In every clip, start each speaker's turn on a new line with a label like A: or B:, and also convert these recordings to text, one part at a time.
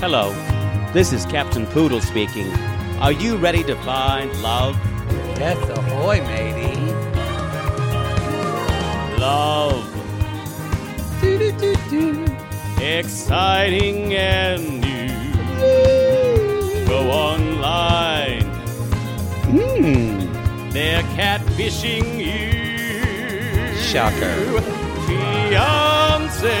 A: Hello, this is Captain Poodle speaking. Are you ready to find love?
B: Death ahoy, matey.
A: Love. Exciting and new. Go online. Hmm. They're catfishing you.
B: Shocker.
A: Fiance.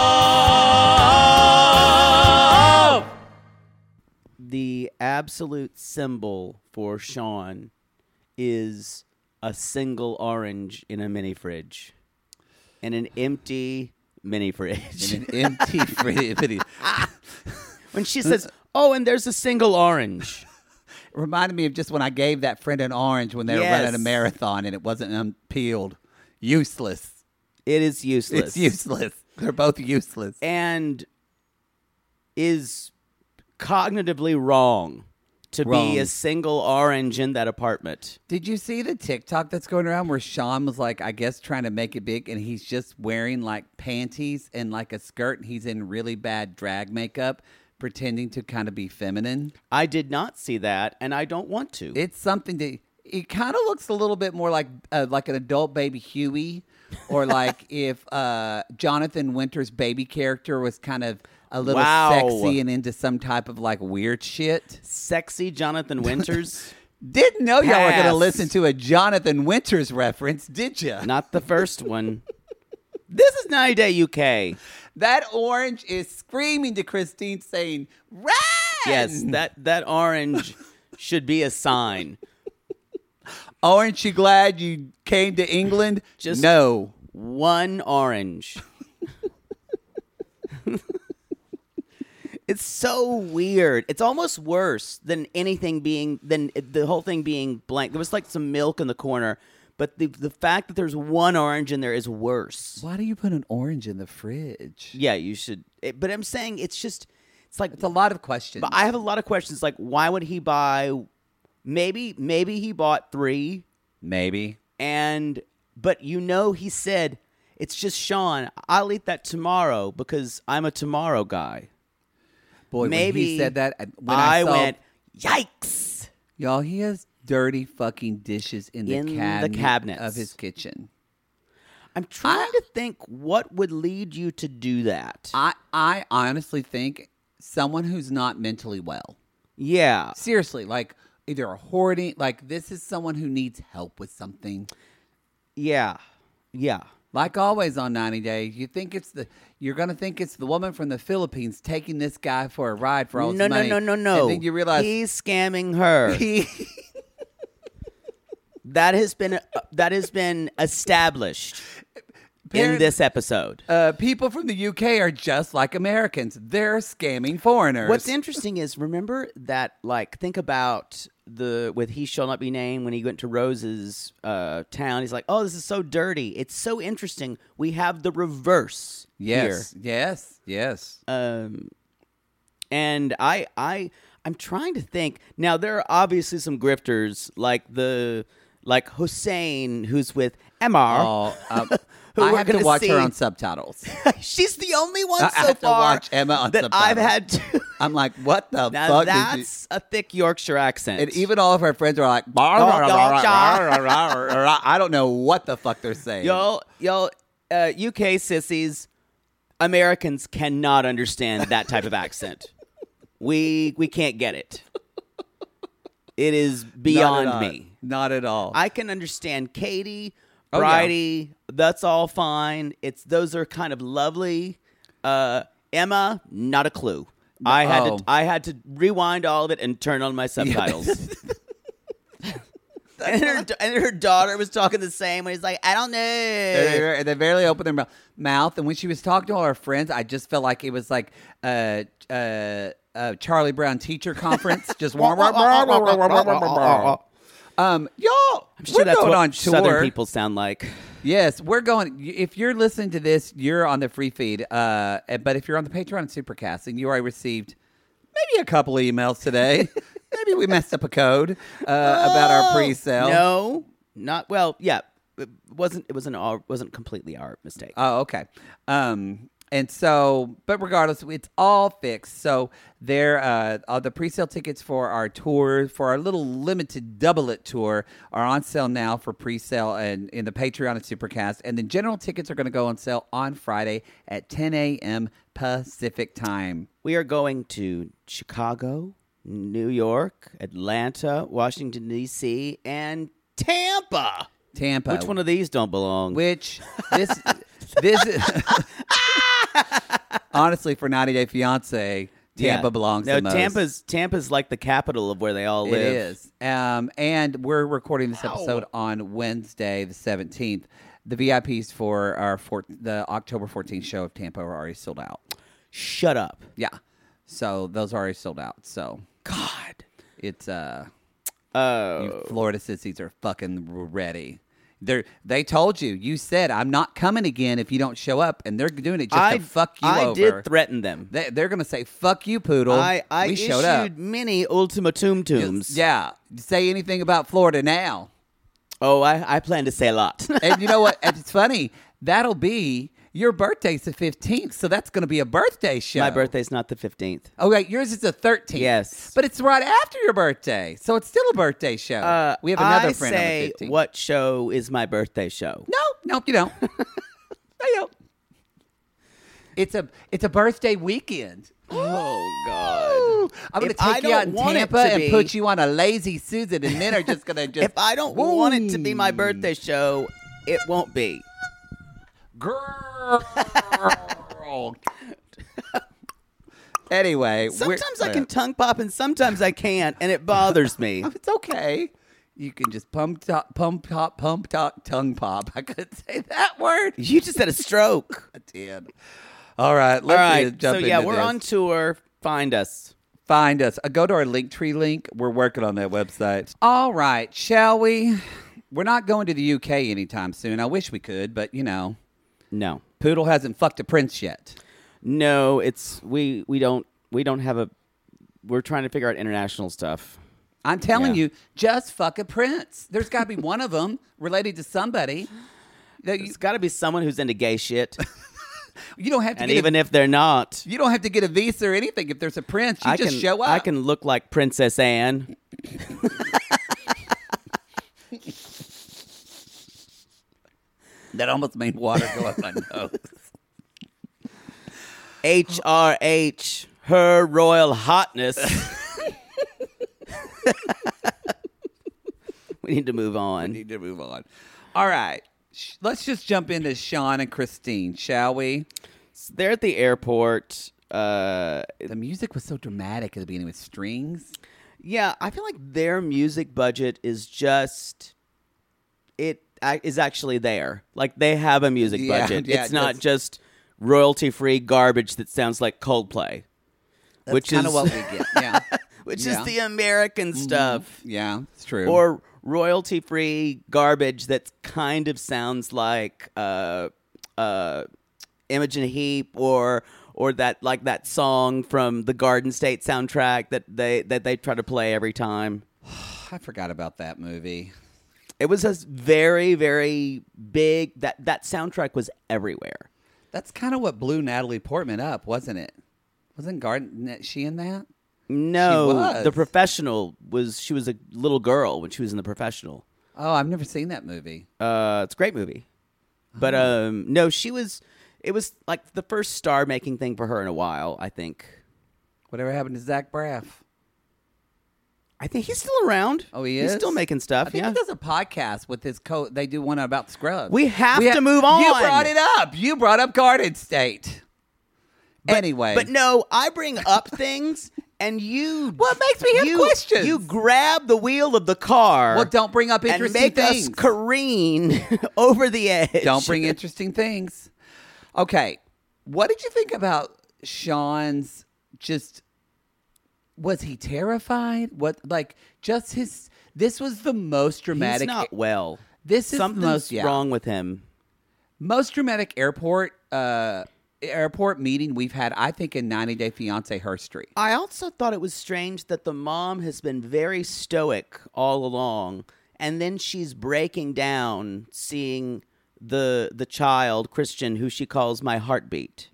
A: The absolute symbol for Sean is a single orange in a mini fridge and an empty mini fridge.
C: an empty fridge.
A: when she says, "Oh, and there's a single orange."
C: Reminded me of just when I gave that friend an orange when they were
A: Yes.
C: running a marathon and it wasn't unpeeled. Useless.
A: It is useless.
C: It's useless. They're both useless.
A: and is cognitively wrong to
C: Wrong.
A: be a single orange in that apartment.
C: Did you see the TikTok that's going around where Sean was like, I guess trying to make it big, and he's just wearing like panties and like a skirt, and he's in really bad drag makeup, pretending to kind of be feminine.
A: I did not see that, and I don't want to.
C: It's something that it kind of looks a little bit more like uh, like an adult baby Huey, or like if uh, Jonathan Winter's baby character was kind of a little
A: Wow.
C: sexy and into some type of like weird shit.
A: Sexy Jonathan Winters,
C: Didn't know y'all were gonna
A: Pass.
C: listen to a Jonathan Winters reference, did you?
A: not the first one. This is 90 Day UK.
C: That orange is screaming to Christine, saying, "Run!"
A: Yes, that that orange should be a sign.
C: Aren't you glad you came to England?
A: Just-
C: no.
A: One orange. it's so weird. It's almost worse than anything being than the whole thing being blank. There was like some milk in the corner, but the the fact that there's one orange in there is worse.
C: Why do you put an orange in the fridge?
A: Yeah, you should. It, but I'm saying it's just it's like
C: It's a lot of questions.
A: but I have a lot of questions like why would he buy maybe maybe he bought 3
C: Maybe.
A: and but you know he said it's just Sean. I'll eat that tomorrow because I'm a tomorrow guy.
C: Boy, maybe
A: Maybe
C: he said that. I- When I, saw,
A: went yikes.
C: y'all, he has dirty fucking dishes in the
A: In the
C: cabinet
A: cabinets.
C: of his kitchen.
A: I'm trying to think what would lead you to do that.
C: I, I honestly think someone who's not mentally well.
A: yeah.
C: Seriously, like either a hoarding, like this is someone who needs help with something.
A: Yeah. Yeah.
C: Like always on 90 Day, you think it's the you're gonna think it's the woman from the Philippines taking this guy for a ride for all
A: No,
C: his
A: no,
C: money.
A: no, no, no.
C: And then you realize
A: he's scamming her.
C: he uh,
A: That has been that has been established. in this episode.
C: Uh, people from the UK are just like Americans. They're scamming foreigners.
A: What's interesting is remember that like think about the with he shall not be named when he went to Rose's uh, town. He's like, oh, this is so dirty. It's so interesting. We have the reverse
C: Yes,
A: here, Uh,
C: yes, yes.
A: and I I I'm trying to think now. There are obviously some grifters like the like Hussein who's with Emar.
C: oh, um,
A: Who
C: I
A: we're
C: have to
A: gonna
C: watch
A: see.
C: her on subtitles.
A: She's the only one
C: I
A: so
C: have to
A: far
C: watch Emma on
A: that I've
C: subtitles.
A: had to.
C: I'm like, what the
A: Now
C: fuck? did you-
A: that's a thick Yorkshire accent.
C: And even all of her friends are like, I don't know what the fuck they're saying.
A: y'all, y'all, uh, UK sissies, Americans cannot understand that type of accent. We we can't get it. It is
C: Not at
A: beyond
C: all.
A: me.
C: Not at all.
A: I can understand Katie,
C: Oh, yeah.
A: Bridie. That's all fine. It's those are kind of lovely. Uh, Emma, not a clue. I had
C: Oh.
A: to I had to rewind all of it and turn on my subtitles. and, her, and her daughter was talking the same way. He's like, I don't know.
C: they, they- they barely opened their mou- mouth. And when she was talking to all her friends, I just felt like it was like uh, uh, uh, Charlie Brown teacher conference. just wah, wah, wah, wah, wah, wah, wah, wah, wah. um, y'all,
A: I'm sure
C: we're
A: that's
C: going
A: what
C: on tour.
A: Southern people sound like.
C: Yes, we're going. If you're listening to this, you're on the free feed. Uh, but if you're on the Patreon and Supercast, and you already received maybe a couple of emails today, maybe we messed up a code uh, about our pre-sale.
A: No, not well. Yeah, it wasn't it wasn't our wasn't completely our mistake.
C: Oh, okay. Um, and so, but regardless, it's all fixed. So there, uh, all the pre-sale tickets for our tour, for our little limited doublet tour, are on sale now for pre-sale and in the Patreon and Supercast. And the general tickets are going to go on sale on Friday at 10 a.m. Pacific time.
A: We are going to Chicago, New York, Atlanta, Washington D.C., and Tampa.
C: Tampa.
A: Which one of these don't belong?
C: Which this this is honestly for 90 Day Fiance.
A: Yeah.
C: Tampa belongs.
A: No,
C: the most.
A: Tampa's Tampa's like the capital of where they all live.
C: It is. Um, and we're recording this episode on Wednesday, the 17th. The VIPs for our four, the October 14th show of Tampa are already sold out.
A: Shut up.
C: Yeah. So those are already sold out. So
A: God.
C: it's, uh,
A: Oh.
C: you Florida sissies are fucking ready. They're, they told you, you said, I'm not coming again if you don't show up. And they're doing it just
A: I
C: to fuck you
A: I
C: over.
A: did threaten them.
C: they, they're going to say, fuck you, poodle.
A: I I
C: we
A: issued
C: showed up.
A: many ultimatum tombs.
C: Yeah. Say anything about Florida now.
A: Oh, I, I plan to say a lot.
C: and you know what? And It's funny. That'll be your birthday's the fifteenth, so that's going to be a birthday show.
A: My birthday's not the fifteenth.
C: Oh wait, yours is the thirteenth.
A: Yes.
C: but it's right after your birthday, so it's still a birthday show. we have another
A: Uh, I
C: friend on
A: say,
C: the 15th.
A: what show is my birthday show?
C: No, no, you don't. I don't. It's a it's a birthday weekend.
A: Oh
C: Ooh,
A: God!
C: I'm gonna
A: If I
C: take you out
A: don't
C: in
A: want it
C: Tampa
A: to
C: and
A: be-
C: put you on a lazy Susan, and men are just gonna just
A: If I don't want it to be my birthday show, it won't be.
C: girl. anyway, we're-
A: Sometimes I
C: uh,
A: can tongue pop, and sometimes I can't, and it bothers me.
C: It's okay. You can just pump top, pump top, pump top, tongue pop. I could say that word.
A: you just had a stroke.
C: I did. All right,
A: All
C: let's
A: right.
C: jump
A: So yeah,
C: into
A: we're
C: this.
A: on tour. Find us.
C: Find us. Uh, go to our Linktree link. We're working on that website. All right, shall we? We're not going to the UK anytime soon. I wish we could, but you know,
A: No,
C: Poodle hasn't fucked a prince yet.
A: no. It's we we don't we don't have a. We're trying to figure out international stuff.
C: I'm telling
A: Yeah.
C: you, just fuck a prince. There's got to be one of them related to somebody. That you,
A: It's got to be someone who's into gay shit,
C: you don't have to
A: and
C: get
A: even
C: a,
A: if they're not,
C: you don't have to get a visa or anything if there's a prince. You
A: I
C: just
A: can
C: show up.
A: I can look like Princess Anne.
C: That almost made water go up my nose.
A: H R H, her royal hotness. we need to move on.
C: Need to move on. All right, Sh- let's just jump into Sean and Christine, shall we?
A: They're at the airport. Uh,
C: The music was so dramatic at the beginning with strings.
A: yeah, I feel like their music budget is just it. ac- is actually there. Like they have a music
C: Yeah,
A: budget.
C: yeah,
A: it's not
C: that's-
A: just royalty free garbage that sounds like Coldplay, which is Mm-hmm.
C: kind of what we get. Yeah,
A: which
C: Yeah.
A: is the American stuff,
C: yeah, it's true.
A: or royalty free garbage that kind of sounds like uh, uh, Imogen Heap or. Or that like that song from the Garden State soundtrack that they that they try to play every time.
C: I forgot about that movie.
A: It was a very, very big that that soundtrack was everywhere.
C: That's kind of what blew Natalie Portman up, wasn't it? Wasn't Garden n- she in that? She
A: No,
C: was.
A: the professional was she was a little girl when she was in the professional.
C: Oh, I've never seen that movie.
A: Uh, it's a great movie, but
C: Oh.
A: um, no, she was. It was like the first star making thing for her in a while. I think.
C: Whatever happened to Zach Braff?
A: I think he's still around.
C: Oh, he
A: He's
C: is?
A: still making
C: I
A: stuff.
C: think
A: yeah.
C: he does a podcast with his co. They do one about Scrubs.
A: We have
C: ha-
A: to move
C: You
A: on.
C: brought it up. You brought up Garden State. anyway,
A: But no, I bring up things, and you.
C: What makes me have
A: you-
C: questions?
A: You grab the wheel of the car.
C: Well, don't bring up
A: and
C: interesting
A: make
C: things.
A: us careen over the edge.
C: Don't bring interesting things. Okay. What did you think about Sean's just was he terrified? What like just his this was the most dramatic
A: He's not well.
C: This is the
A: something's
C: most- yeah.
A: wrong with him.
C: most dramatic airport uh airport meeting we've had I think in 90 Day Fiancé history.
A: I also thought it was strange that the mom has been very stoic all along, and then she's breaking down seeing the the child Christian, who she calls my heartbeat.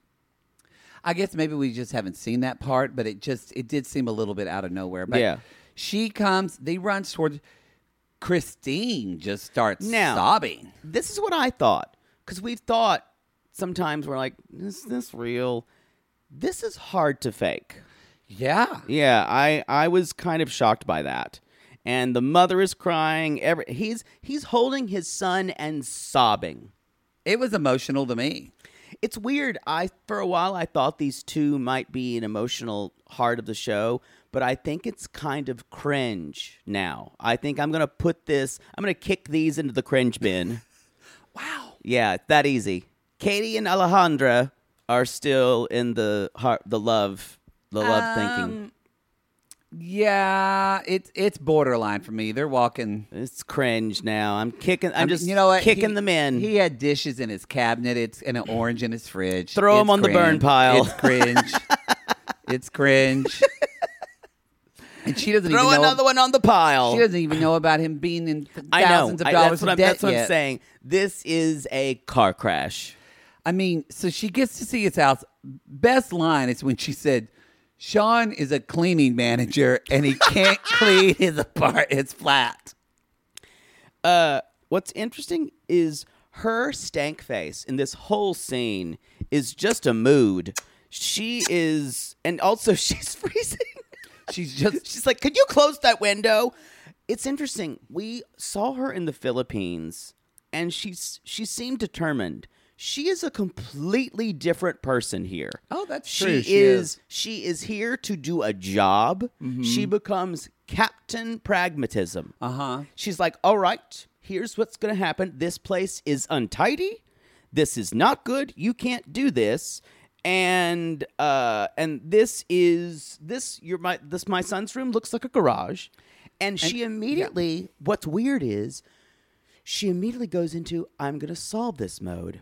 C: I guess maybe we just haven't seen that part, but it just it did seem a little bit out of nowhere. But
A: Yeah.
C: she comes, they run towards Christine just starts
A: Now-
C: sobbing.
A: This is what I thought because we've thought sometimes we're like, is this real? This is hard to fake.
C: Yeah.
A: Yeah, I I was kind of shocked by that. And the mother is crying. Every he's he's holding his son and sobbing.
C: It was emotional to me.
A: It's weird. I for a while I thought these two might be an emotional heart of the show, but I think it's kind of cringe now. I think I'm going to put this I'm going to kick these into the cringe bin.
C: Wow.
A: yeah, it's that easy. Katie and Alejandra are still in the heart the love the love thinking.
C: Yeah, it's it's borderline for me. They're walking.
A: It's cringe now. I'm kicking. I'm,
C: I mean,
A: just
C: you know what?
A: kicking
C: He-
A: them in.
C: He had dishes in his cabinet. It's and an orange in his fridge.
A: Throw 'em
C: It's
A: on the burn
C: cringe.
A: pile.
C: It's cringe. it's cringe. And she doesn't
A: Throw
C: even know.
A: another one on the pile.
C: She doesn't even know about him being in th-
A: I know.
C: thousands
A: I-
C: of dollars
A: that's what,
C: in
A: I'm,
C: debt
A: that's what
C: yet.
A: I'm saying. This is a car crash.
C: I mean, so she gets to see his house. Best line is when she said, "Sean is a cleaning manager and he can't clean his apart his flat."
A: Uh, what's interesting is her stank face in this whole scene is just a mood. She is, and also she's freezing.
C: She's just
A: She's like, "Could you close that window?" It's interesting. We saw her in the Philippines, and she's she seemed determined. She is a completely different person here.
C: Oh, that's
A: she
C: true.
A: Is,
C: She is. Mm-hmm.
A: she is here to do a job. She becomes Captain Pragmatism. Uh
C: Uh-huh.
A: huh. She's like, "All right, here's what's going to happen. This place is untidy. This is not good. You can't do this." And uh, and this is this your my this my son's room looks like a garage, and she immediately what's weird is she immediately goes into I'm going to solve this mode.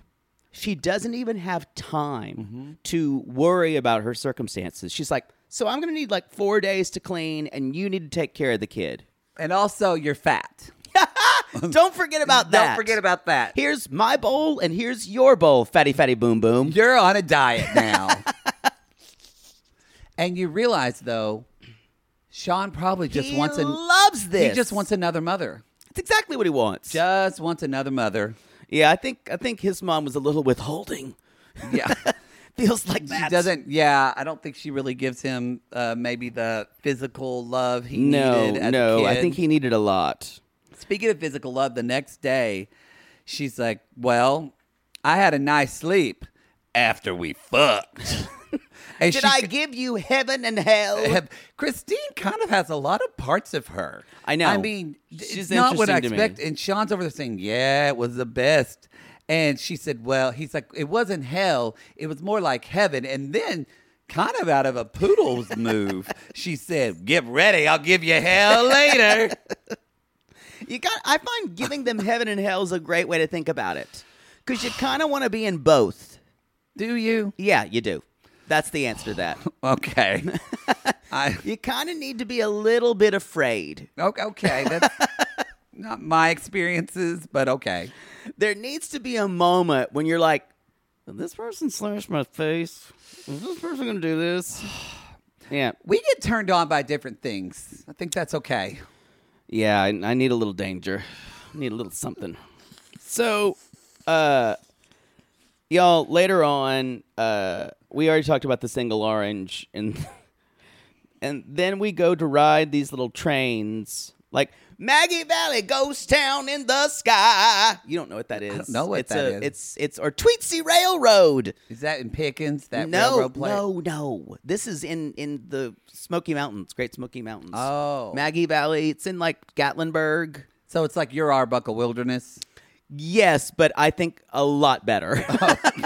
A: She doesn't even have time
C: Mm-hmm.
A: to worry about her circumstances. She's like, "So I'm going to need like 4 days to clean and you need to take care of the kid."
C: and also you're fat.
A: Don't forget about that.
C: Don't forget about that.
A: Here's my bowl and here's your bowl, fatty fatty boom boom.
C: You're on a diet now. and you realize though, Sean probably just
A: he
C: wants an
A: loves this.
C: he just wants another mother.
A: It's exactly what he wants.
C: Just wants another mother.
A: yeah, I think I think his mom was a little withholding.
C: Yeah.
A: Feels like
C: She
A: that.
C: doesn't. Yeah, I don't think she really gives him uh, maybe the physical love he
A: No,
C: needed. as a
A: no. I
C: kid.
A: think he needed a lot.
C: Speaking of physical love, the next day, she's like, "Well, I had a nice sleep after we fucked," And
A: Did
C: she-
A: I give you heaven and hell?
C: have- Christine kind of has a lot of parts of her.
A: I know.
C: I mean,
A: She's
C: it's not what I
A: interesting to me.
C: expect. And Sean's over there saying, "Yeah, it was the best." And she said, "Well, he's like, it wasn't hell. It was more like heaven." And then, kind of out of a poodle's move, she said, "Get ready, I'll give you hell later."
A: You got. I find giving them heaven and hell is a great way to think about it, because you kind of want to be in both.
C: Do you?
A: Yeah, you do. That's the answer to that.
C: Okay. I
A: You kind of need to be a little bit afraid.
C: o- okay. That's not my experiences, but okay.
A: There needs to be a moment when you're like, "Did this person slashed my face. Is this person gonna do this?" Yeah,
C: We get turned on by different things. I think that's okay.
A: yeah. I, I need a little danger. I need a little something. So, uh, y'all. Later on, uh, we already talked about the single orange, and and then we go to ride these little trains, like Maggie Valley Ghost Town in the sky. You don't know what that is.
C: don't know what
A: it's
C: that
A: a,
C: is.
A: It's it's or Tweetsie Railroad.
C: Is that in Pickens? That
A: no,
C: railroad play?
A: no, no. This is in in the Smoky Mountains, Great Smoky Mountains.
C: Oh.
A: Maggie Valley. It's in like Gatlinburg.
C: So it's like your Arbuckle Wilderness.
A: Yes, but I think a lot better.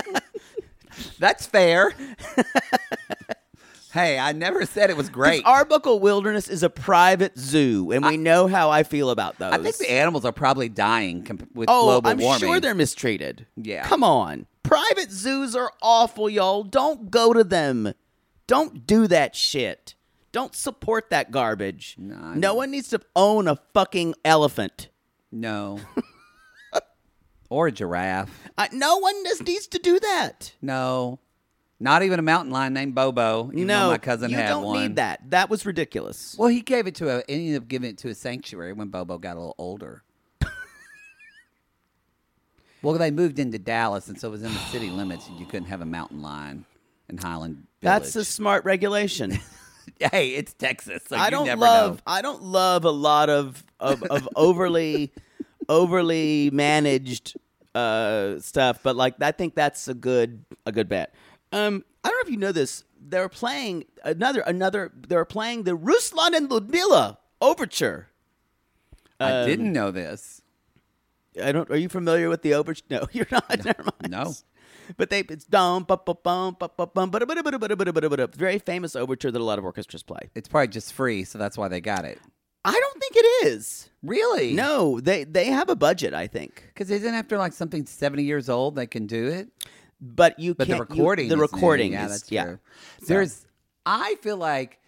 C: That's fair. hey, I never said it was great.
A: Arbuckle Wilderness is a private zoo, and we know how I feel about those.
C: I think the animals are probably dying comp- with
A: oh,
C: global
A: I'm
C: warming.
A: sure they're mistreated.
C: Yeah.
A: come on. Private zoos are awful, y'all. Don't go to them. Don't do that shit. Don't support that garbage.
C: I
A: no one needs to own a fucking elephant.
C: no. or a giraffe.
A: I, no one just needs to do that.
C: No. Not even a mountain lion named Bobo. Even
A: no,
C: though my cousin
A: you
C: had
A: don't
C: one.
A: need that. That was ridiculous.
C: Well, he gave it to a. Ended up giving it to a sanctuary when Bobo got a little older. well, they moved into Dallas, and so it was in the city limits, and you couldn't have a mountain lion in Highland.
A: That's a
C: Village.
A: smart regulation.
C: hey, it's Texas. So
A: I
C: you
A: don't
C: never
A: love.
C: Know.
A: I don't love a lot of of, of overly overly managed uh, stuff, but like I think that's a good a good bet. Um, I don't know if you know this. They're playing another another. They're playing the Ruslan and Ludmila overture.
C: I
A: um,
C: didn't know this.
A: I don't. Are you familiar with the overture? No, you're not. Never mind.
C: No.
A: But they it's dum ba ba bum ba ba bum ba da ba da ba da ba da ba da ba da ba da. Very famous overture that a lot of orchestras play.
C: It's probably just free, so that's why they got it.
A: I don't think it is.
C: Really?
A: No, they they have a budget. I think,
C: Because isn't after like something seventy years old they can do it?
A: but you
C: But the
A: can't. you-
C: recording,
A: the
C: is new.
A: recording,
C: yeah,
A: is-
C: that's
A: yeah.
C: true. There's, I feel like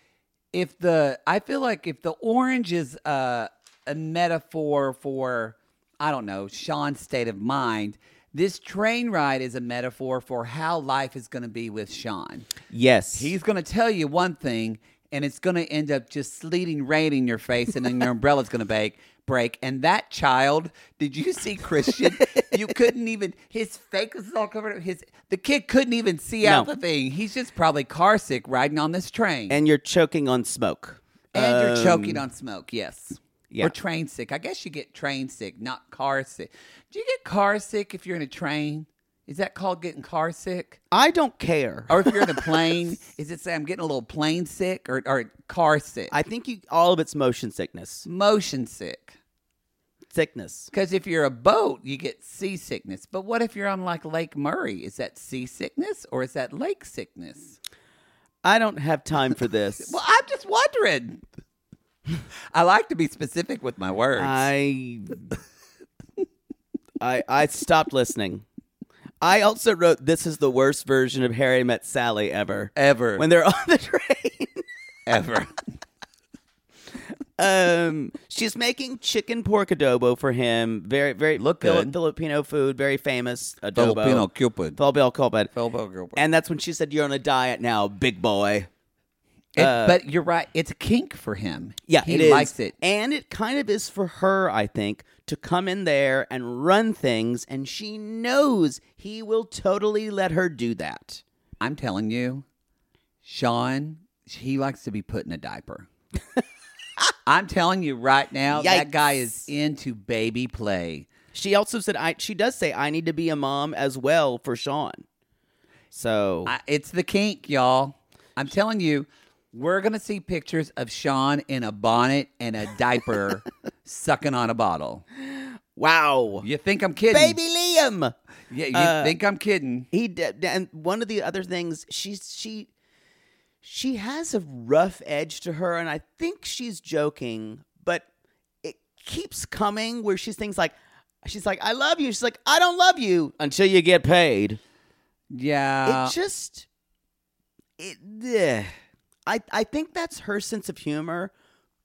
C: if the, I feel like if the orange is a, a metaphor for, I don't know, Sean's state of mind. This train ride is a metaphor for how life is going to be with Sean.
A: Yes,
C: He's going to tell you one thing, and it's going to end up just sleeting rain in your face, and then your umbrella's going to bake, break. And that child, did you see Christian? you couldn't even. His fake was all covered up. His the kid couldn't even see out
A: No.
C: the thing. He's just probably car sick riding on this train,
A: and you're choking on smoke. Um,
C: And you're choking on smoke. Yes.
A: yeah.
C: Or train sick. I guess you get train sick, not car sick. Do you get car sick if you're in a train? Is that called getting car sick?
A: I don't care.
C: or if you're in a plane, is it say I'm getting a little plane sick or, or car sick?
A: I think you all of it's motion sickness.
C: Motion sick.
A: Sickness.
C: Because if you're a boat, you get seasickness. But what if you're on like Lake Murray? Is that seasickness or is that lake sickness?
A: I don't have time for this.
C: Well, I'm just wondering. I like to be specific with my words.
A: I I I stopped listening. I also wrote this is the worst version of Harry Met Sally ever.
C: ever,
A: When they're on the train.
C: ever.
A: Um she's making chicken pork adobo for him. Very very
C: Look
A: Fili-
C: good.
A: Filipino food, very famous adobo.
C: Filipino Cupid.
A: Filipino Cupid.
C: Filipino Cupid.
A: And that's when she said you're on a diet now, big boy.
C: It- but you're right. It's a kink for him.
A: uh, Yeah,
C: he
A: it is.
C: likes it.
A: and it kind of is for her, I think, to come in there and run things, and she knows he will totally let her do that.
C: I'm telling you, Sean, he likes to be put in a diaper. I'm telling you right now, that guy is into baby play.
A: She also said, "I." She does say, "I need to be a mom as well for Sean." So
C: I, it's the kink, y'all. I'm telling you, we're gonna see pictures of Sean in a bonnet and a diaper sucking on a bottle.
A: Wow.
C: You think I'm kidding?
A: Baby Liam.
C: Yeah, you
A: Uh,
C: think I'm kidding?
A: He did, and one of the other things she's she she has a rough edge to her, and I think she's joking, but it keeps coming where she's things like she's like I love you, she's like I don't love you until you get paid. Uh,
C: Yeah.
A: it just it. eh. I I think that's her sense of humor,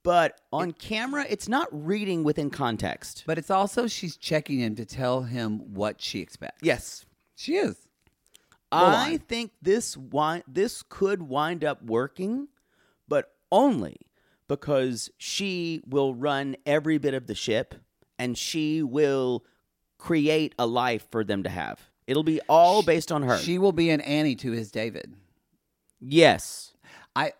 A: but on camera, it's not reading within context.
C: but it's also she's checking him to tell him what she expects.
A: yes,
C: She is.
A: I think this wi- this could wind up working, but only because she will run every bit of the ship and she will create a life for them to have. It'll be all based on her.
C: She will be an Annie to his David.
A: yes.
C: I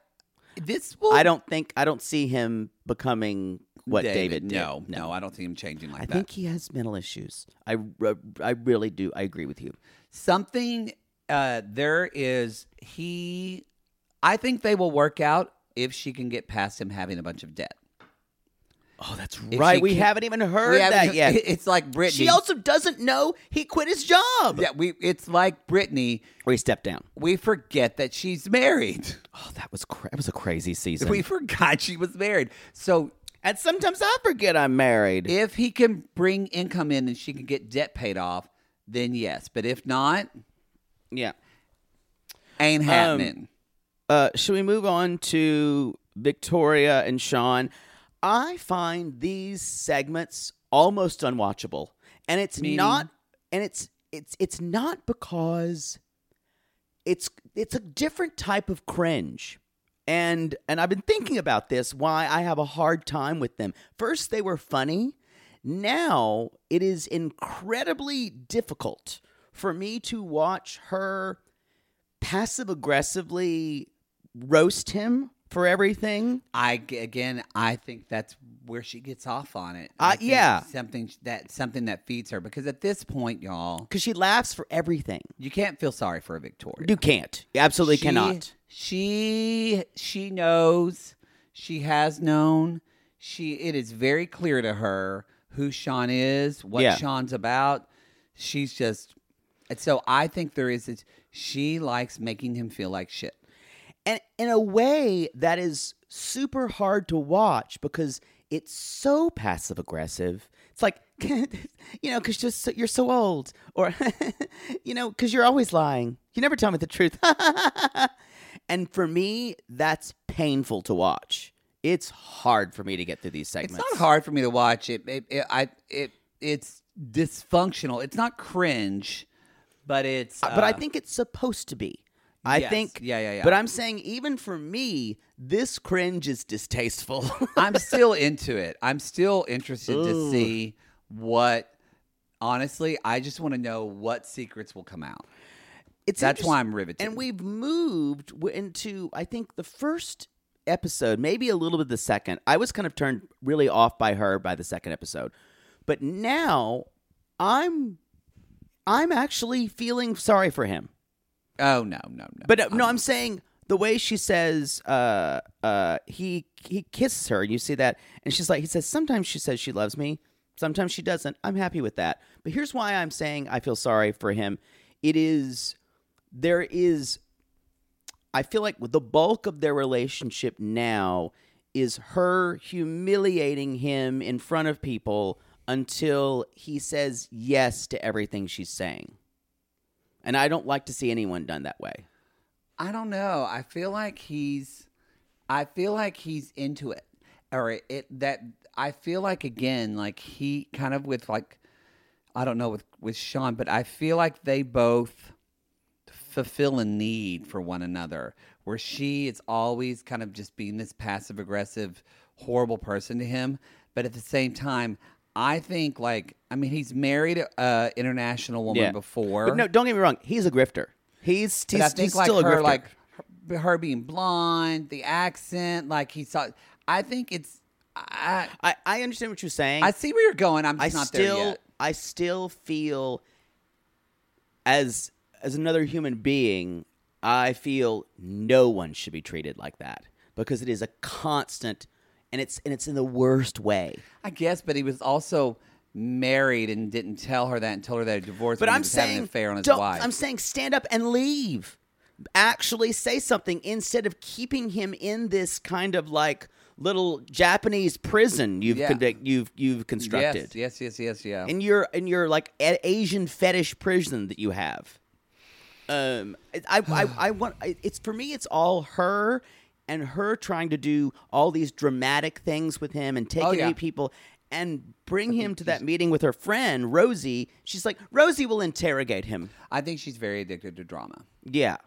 C: this will
A: I don't think I don't see him becoming what David, did.
C: No, no, I don't see him changing like
A: I
C: that.
A: think he has mental issues. I, re- I really do. I agree with you.
C: something uh there is he I think they will work out if she can get past him having a bunch of debt.
A: Oh, that's
C: she
A: right. We
C: can't-
A: haven't even heard
C: We haven't-
A: that yet.
C: It's like Britney.
A: she also doesn't know he quit his job.
C: Yeah, we it's like Britney.
A: Or he stepped down.
C: We forget that she's married.
A: Oh, that was cra- that was a crazy season.
C: We forgot she was married. So
A: and sometimes I forget I'm married.
C: if he can bring income in and she can get debt paid off, then yes. But if not,
A: yeah.
C: ain't
A: Um,
C: happening.
A: Uh, should we move on to Victoria and Sean? I find these segments almost unwatchable, and it's not, and it's it's it's not because it's it's a different type of cringe. And and I've been thinking about this why I have a hard time with them. First they were funny. Now it is incredibly difficult for me to watch her passive aggressively roast him for everything.
C: I g- again, I think that's where she gets off on it.
A: Uh,
C: I think
A: yeah.
C: something that something that feeds her because at this point, y'all,
A: Because she laughs for everything.
C: you can't feel sorry for Victoria.
A: You can't. You absolutely
C: She-
A: cannot.
C: She she knows. She has known. She it is very clear to her who Sean is, what
A: Yeah.
C: Sean's about. She's just and so I think there is this, she likes making him feel like shit.
A: And in a way that is super hard to watch because it's so passive aggressive. It's like, you know, because just so, you're so old, or you know, because you're always lying. You never tell me the truth. and for me, that's painful to watch. It's hard for me to get through these
C: It's
A: segments.
C: not hard for me to watch it. It, it I it it's dysfunctional. It's not cringe, but it's
A: Uh, but I
C: uh,
A: think it's supposed to be. I
C: yes.
A: think.
C: Yeah, yeah, yeah.
A: But I'm saying, even for me, this cringe is distasteful.
C: I'm still into it. I'm still interested to
A: Ooh.
C: see what. Honestly, I just want to know what secrets will come out.
A: it's
C: That's
A: interest-
C: why I'm riveted.
A: And we've moved w- into, I think, the first episode, maybe a little bit the second. I was kind of turned really off by her by the second episode, but now I'm, I'm actually feeling sorry for him.
C: Oh no, no, no.
A: But uh, no, I'm saying the way she says uh, uh, he he kisses her, and you see that, and she's like, he says, sometimes she says she loves me, sometimes she doesn't. I'm happy with that. But here's why I'm saying I feel sorry for him. It is there is I feel like the bulk of their relationship now is her humiliating him in front of people until he says yes to everything she's saying. And I don't like to see anyone done that way.
C: I don't know. I feel like he's. I feel like he's into it, or it, it that I feel like again, like he kind of with like, I don't know with with Sean, but I feel like they both fulfill a need for one another. Where she is always kind of just being this passive aggressive, horrible person to him, but at the same time. I think, like, I mean, he's married a international woman before.
A: But no, don't get me wrong. He's a grifter. He's,
C: But
A: he's,
C: I think
A: he's
C: like
A: still a
C: her,
A: grifter.
C: like her, her being blonde, the accent, like he saw. I think it's. I
A: I, I understand what you're saying.
C: I see where you're going. I'm
A: I
C: just not
A: still
C: there yet.
A: I still feel as as another human being, I feel no one should be treated like that because it is a constant, and it's and it's in the worst way.
C: I guess, but he was also married and didn't tell her that and told her that he divorced.
A: But
C: when
A: I'm
C: he was having
A: saying,
C: an affair on his
A: don't-
C: wife.
A: I'm saying, stand up and leave. Actually, say something instead of keeping him in this kind of like little Japanese prison you've
C: Yeah.
A: convic- you've you've constructed.
C: Yes, yes, yes, yes, yeah.
A: in your in your like a- Asian fetish prison that you have. Um, it- I I, I want I- it's for me. It's all her and her trying to do all these dramatic things with him and taking
C: Oh, yeah.
A: away people and bring him to that meeting with her friend Rosie. She's like Rosie will interrogate him.
C: I think she's very addicted to drama,
A: Yeah,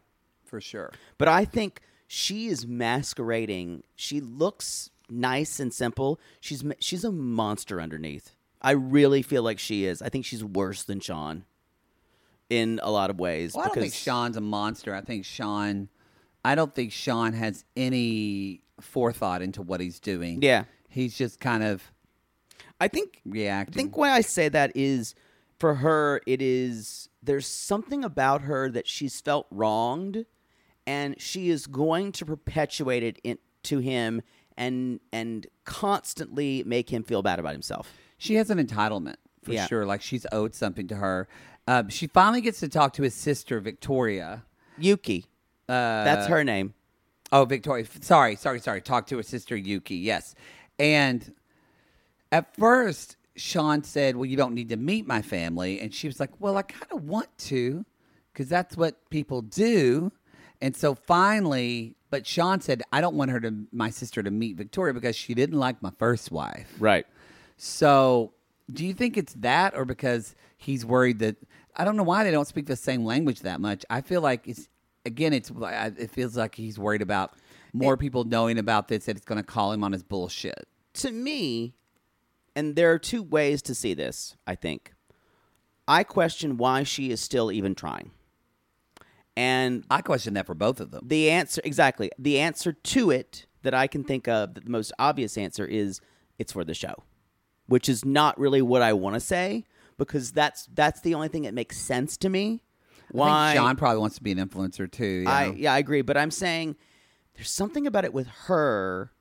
C: for sure.
A: but I think she is masquerading. She looks nice and simple. She's ma- she's a monster underneath. I really feel like she is. I think she's worse than Sean in a lot of ways.
C: Well, I don't think Sean's a monster. I think Sean, I don't think Sean has any forethought into what he's doing.
A: Yeah.
C: he's just kind of
A: I think I
C: reacting.
A: think why I say that is for her. It is there's something about her that she's felt wronged, and she is going to perpetuate it in, to him and and constantly make him feel bad about himself.
C: She has an entitlement for
A: Yeah.
C: sure. Like she's owed something to her. Um, she finally gets to talk to his sister Victoria.
A: Yuki. That's her name.
C: Oh, Victoria. f- Sorry, sorry, sorry. Talk to her sister Yuki. Yes, and at first Sean said, "Well, you don't need to meet my family," and she was like, "Well, I kind of want to, because that's what people do." And so finally, but Sean said, "I don't want her to my sister to meet Victoria because she didn't like my first wife."
A: Right.
C: So, do you think it's that, or because he's worried that I don't know why they don't speak the same language that much? I feel like it's again, it's I- it feels like he's worried about more people knowing about this that it's going to call him on his bullshit.
A: To me, and there are two ways to see this, I think. I question why she is still even trying. And
C: I question that for both of them.
A: the answer, exactly, the answer to it that I can think of, the most obvious answer is it's for the show, which is not really what I want to say because that's that's the only thing that makes sense to me.
C: I
A: Why
C: think Sean probably wants to be an influencer too. you
A: I
C: know?
A: yeah, I agree. But I'm saying there's something about it with her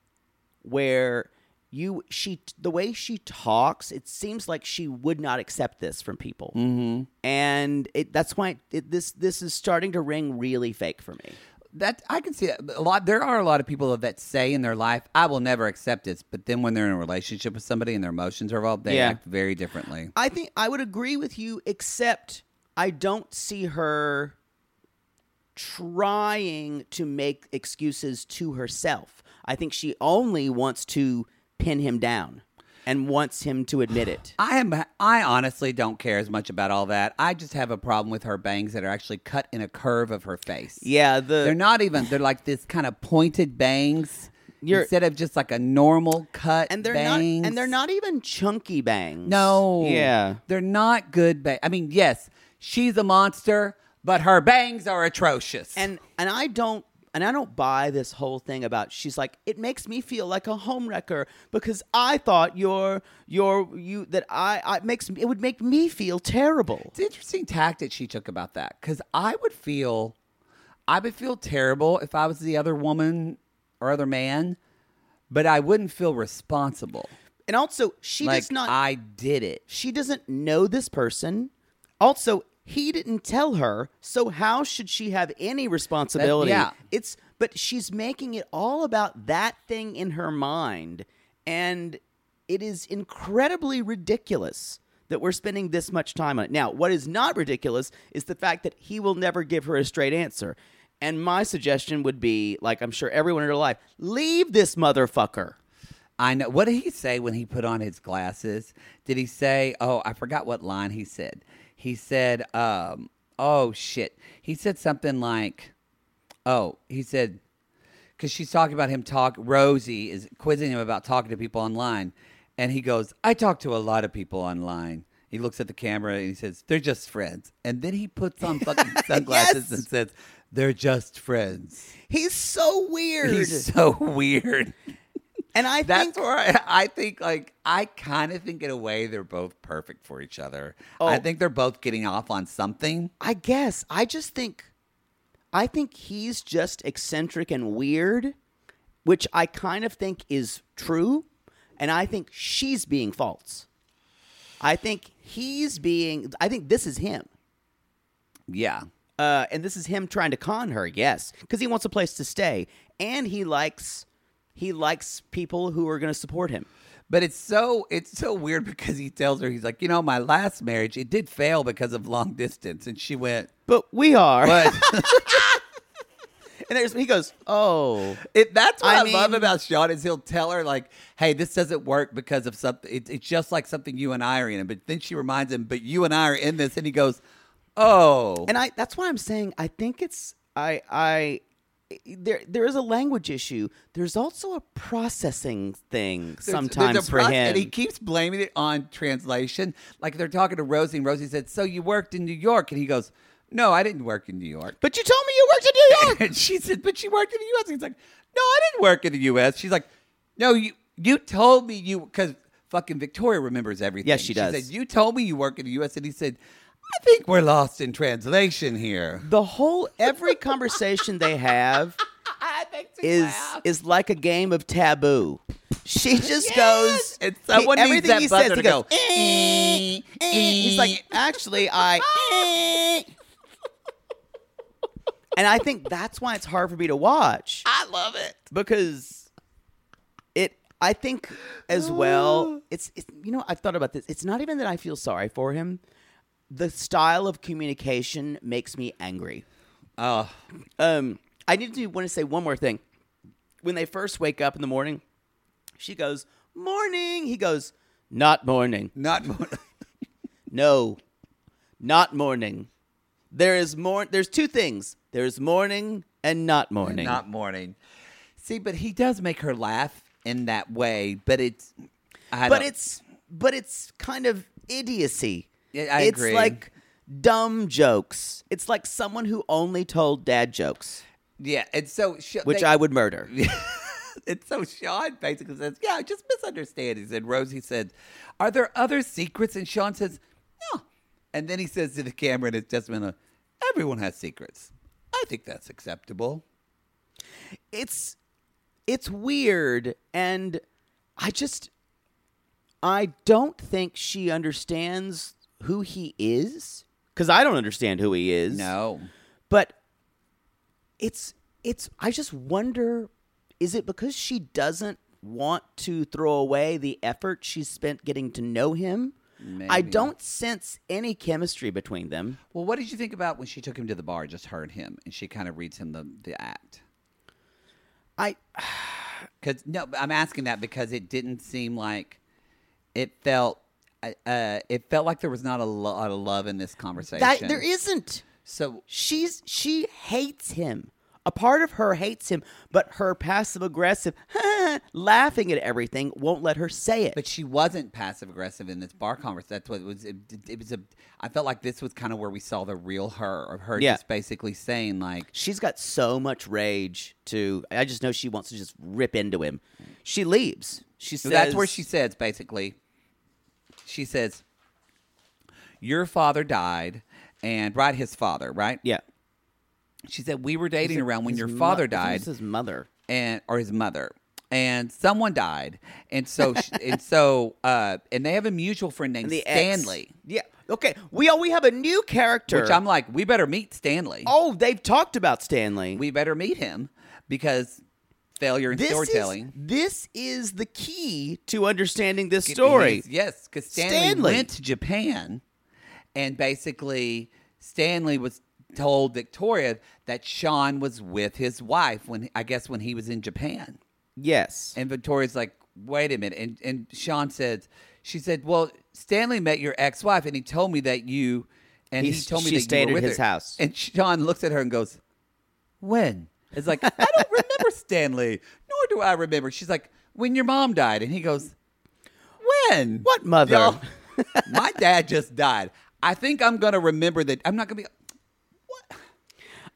A: where you she the way she talks, it seems like she would not accept this from people, mm-hmm. and it, that's why it, this this is starting to ring really fake for me.
C: that I can see that a lot. There are a lot of people that say in their life, "I will never accept this," but then when they're in a relationship with somebody and their emotions are involved, they
A: Yeah.
C: act very differently.
A: I think I would agree with you, except I don't see her trying to make excuses to herself. I think she only wants to pin him down and wants him to admit it.
C: I am. I honestly don't care as much about all that. I just have a problem with her bangs that are actually cut in a curve of her face.
A: Yeah, the
C: they're not even. They're like this kind of pointed bangs
A: You're-
C: instead of just like a normal cut.
A: and they're
C: bangs.
A: not and they're not even chunky bangs.
C: No.
A: Yeah.
C: they're not good. Ba- I mean, yes, she's a monster, but her bangs are atrocious.
A: And and I don't and I don't buy this whole thing about she's like it makes me feel like a homewrecker because I thought your your you that I, I it makes it would make me feel terrible.
C: It's an interesting tactic she took about that because I would feel, I would feel terrible if I was the other woman or other man, but I wouldn't feel responsible.
A: And also she does
C: like
A: not
C: I did it.
A: she doesn't know this person. Also, he didn't tell her, so how should she have any responsibility?
C: yeah.
A: It's but she's making it all about that thing in her mind and it is incredibly ridiculous that we're spending this much time on it. Now, what is not ridiculous is the fact that he will never give her a straight answer. And my suggestion would be, like I'm sure everyone in her life, leave this motherfucker.
C: I know. What did he say when he put on his glasses? Did he say, "Oh, I forgot what line he said." He said, um, "Oh shit." He said something like, "Oh," he said, because she's talking about him talk. Rosie is quizzing him about talking to people online, and he goes, "I talk to a lot of people online." He looks at the camera and he says, "They're just friends." And then he puts on fucking sunglasses and says, "They're just friends."
A: He's so weird.
C: He's so weird.
A: and I
C: That's
A: think
C: where I, I think, like, I kind of think in a way they're both perfect for
A: Oh.
C: each other. I think they're both getting off on something.
A: I guess I just think I think he's just eccentric and weird, which I kind of think is true, and I think she's being false. I think he's being. I think this is him,
C: Yeah.
A: uh, and this is him trying to con her. Yes, because he wants a place to stay, and he likes he likes people who are going to support him.
C: But it's so it's so weird because he tells her he's like, you know, my last marriage it did fail because of long distance, and she went,
A: But we are.
C: but
A: And there's he goes, oh,
C: it, that's what
A: I
C: I, love
A: mean-
C: about Sean is he'll tell her like, hey, this doesn't work because of something. It, it's just like something you and I are in, but then she reminds him, but you and I are in this, and he goes, oh,
A: and I that's why I'm saying I think it's I I there there is a language issue. There's also a processing thing
C: There's- there's
A: sometimes
C: a
A: for
C: process-
A: him.
C: And he keeps blaming it on translation. Like they're talking to Rosie, and Rosie said, So you worked in New York? And he goes, No, I didn't work in New York.
A: but you told me you worked in New York.
C: and she said, But you worked in the U.S. He's like, No, I didn't work in the U.S. She's like, No, you you told me you, because fucking Victoria remembers everything.
A: Yes, she does.
C: said, You told me you work in the U.S. And he said, I think we're lost in translation here.
A: the whole every conversation they have
C: I think
A: is is like a game of taboo. She just
C: Yes!
A: goes
C: And someone needs
A: everything
C: that
A: he
C: buzzer
A: says,
C: to
A: he goes,
C: go,
A: "Eh, eh." He's like, actually, I. eh." and I think that's why it's hard for me to watch.
C: I love it.
A: because it i think as well it's, it's you know i've thought about this it's not even that i feel sorry for him the style of communication makes me angry
C: Oh,
A: um i need to want to say one more thing when they first wake up in the morning she goes morning he goes not morning
C: not more.
A: no not morning there is more there's two things there's morning and not morning
C: Not morning. See, but he does make her laugh in that way, but it's. I
A: but
C: don't-
A: it's but it's kind of idiocy.
C: Yeah, I
A: it's
C: agree.
A: like dumb jokes. It's like someone who only told dad jokes,
C: Yeah, and so. She,
A: which
C: they-
A: I would murder.
C: And so Sean basically says, Yeah, just misunderstandings. And Rosie said, Are there other secrets? And Sean says, No. And then he says to the camera in his testimonial, Everyone has secrets. I think that's acceptable.
A: It's it's weird and I just I don't think she understands who he is cuz I don't understand who he is.
C: No.
A: But it's it's I just wonder is it because she doesn't want to throw away the effort she spent getting to know him? I
C: Maybe.
A: don't sense any chemistry between them.
C: Well, what did you think about when she took him to the bar, just heard him, and she kind of reads him the, the act?
A: I
C: Because no, but I'm asking that because it didn't seem like it felt. I- Uh, it felt like there was not a lot of love in this conversation.
A: that there isn't.
C: So
A: She's she hates him. A part of her hates him, but her passive aggressive laughing at everything won't let her say it.
C: But she wasn't passive aggressive in this bar conversation. That's what it was. It, it was a. I felt like this was kind of where we saw the real her, of her
A: Yeah.
C: just basically saying like,
A: She's got so much rage to. I just know she wants to just rip into him. She leaves. She says,
C: that's where she says basically. She says, "Your father died, and right, his father, right?
A: Yeah.
C: She said we were dating around when
A: His
C: your
A: mo-
C: father
A: I think
C: died,
A: It's his mother.
C: and or his mother." And someone died, and so she, and so uh, and they have a mutual friend named
A: And the ex.
C: Stanley,
A: Yeah. Okay. We all we have a new character.
C: which I'm like, we better meet Stanley.
A: Oh, they've talked about Stanley.
C: we better meet him because failure in
A: this Is,
C: storytelling.
A: this is the key to understanding this
C: He's-
A: story.
C: Yes, because Stanley,
A: Stanley.
C: went to Japan and basically Stanley was told Victoria that Sean was with his wife when I guess when he was in Japan.
A: Yes.
C: And Victoria's like, wait a minute. And and Sean said, she said, Well, Stanley met your ex wife and he told me that you and he,
A: He-
C: told me
A: she
C: that
A: stayed
C: you were
A: at
C: with
A: his
C: her."
A: house.
C: And Sean looks at her and goes, When? It's like, I don't remember Stanley, nor do I remember. She's like, When your mom died. And he goes, When?
A: What mother?
C: Y'all, my dad just died. I think I'm gonna remember that I'm not gonna be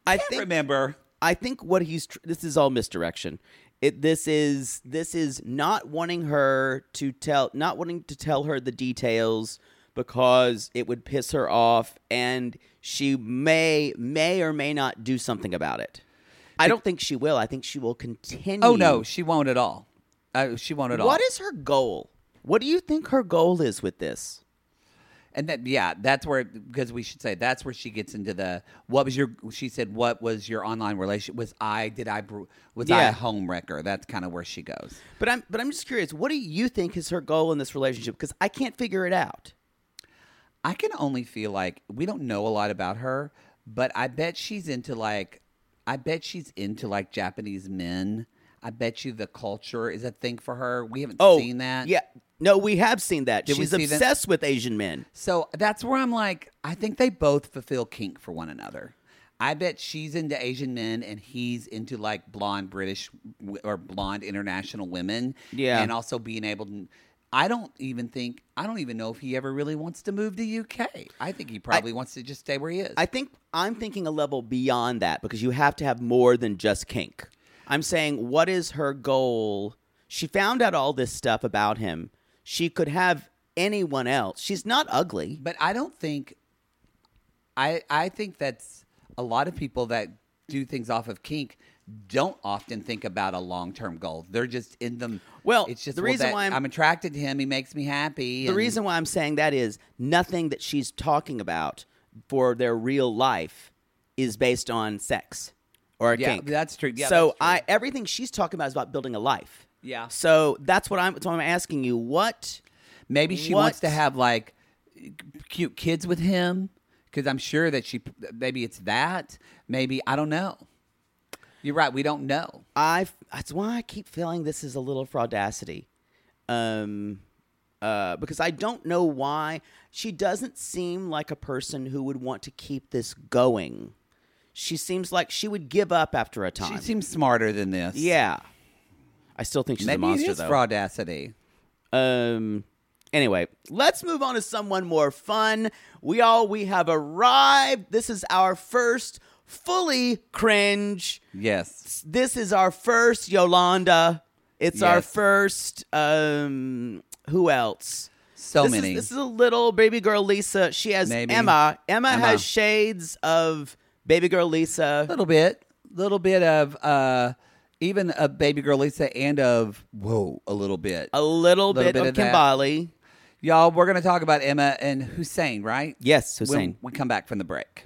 A: I
C: I
A: think
C: remember.
A: I think what he's tr- this is all misdirection. It, this is this is not wanting her to tell not wanting to tell her the details because it would piss her off and she may may or may not do something about it. I don't think she will. I think she will continue.
C: Oh no, she won't at all. Uh, she won't at all.
A: What is her goal? What do you think her goal is with this?
C: And that, yeah, that's where because we should say that's where she gets into the what was your she said what was your online relationship was I did I bru- was I
A: Yeah.
C: a home wrecker that's kind of where she goes.
A: But I'm but I'm just curious. What do you think is her goal in this relationship? Because I can't figure it out.
C: I can only feel like we don't know a lot about her, but I bet she's into like, I bet she's into like Japanese men. I bet you the culture is a thing for her. We haven't seen that.
A: Oh, Yeah. No, we have seen that.
C: Did we
A: She's
C: see that?
A: obsessed with Asian men.
C: So that's where I'm like, I think they both fulfill kink for one another. I bet she's into Asian men and he's into like blonde British w- or blonde international women.
A: Yeah.
C: And also being able to. I don't even think, I don't even know if he ever really wants to move to UK. I think he probably wants to just stay where he is.
A: I think I'm thinking a level beyond that because you have to have more than just kink. I'm saying what is her goal? She found out all this stuff about him. She could have anyone else. She's not ugly.
C: But I don't think I I think that's a lot of people that do things off of kink don't often think about a long term goal. They're just in them.
A: Well,
C: it's just
A: the
C: well,
A: reason
C: that
A: why I'm-
C: attracted to him. He makes me happy.
A: The
C: and-
A: reason why I'm saying that is nothing that she's talking about for their real life is based on sex or a
C: Yeah,
A: kink.
C: that's true. Yeah,
A: so
C: that's true.
A: I everything she's talking about is about building a life.
C: Yeah.
A: So that's what I'm. So I'm asking you, what?
C: maybe she
A: What?
C: wants to have like cute kids with him because I'm sure that she maybe it's that. Maybe I don't know. You're right. We don't know.
A: I that's why I keep feeling this is a little fraudacity, um, uh, because I don't know why she doesn't seem like a person who would want to keep this going. She seems like she would give up after a time.
C: She seems smarter than this.
A: yeah, I still think she's
C: maybe
A: a monster
C: it is
A: though.
C: fraudacity.
A: Um. Anyway, let's move on to someone more fun. We all we have arrived. This is our first fully cringe.
C: Yes.
A: This is our first Yolanda. It's our
C: Yes.
A: first. Um. Who else?
C: So
A: this
C: many.
A: Is, this is a little baby girl Lisa. She has
C: Maybe.
A: Emma. Emma.
C: Emma.
A: has shades of baby girl Lisa.
C: little bit, little bit of uh, even of baby girl Lisa and of whoa, a little bit.
A: A little,
C: Little
A: bit,
C: bit
A: of
C: of that.
A: Kimbali.
C: Y'all, we're gonna talk about Emma and Hussein, right?
A: Yes,
C: When we come back from the break.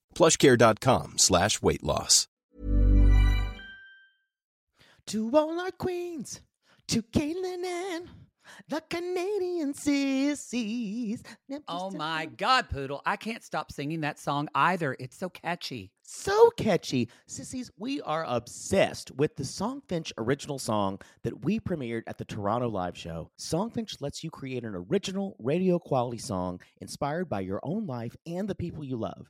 D: plushcare.com slash weight loss.
E: To all our queens, to Caitlin and the Canadian sissies. Yep,
C: Oh
E: just a-
C: my God, Poodle! I can't stop singing that song either. It's so catchy.
E: So catchy. Sissies, we are obsessed with the Songfinch original song that we premiered at the Toronto Live Show. Songfinch lets you create an original radio quality song inspired by your own life and the people you love.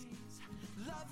F: Love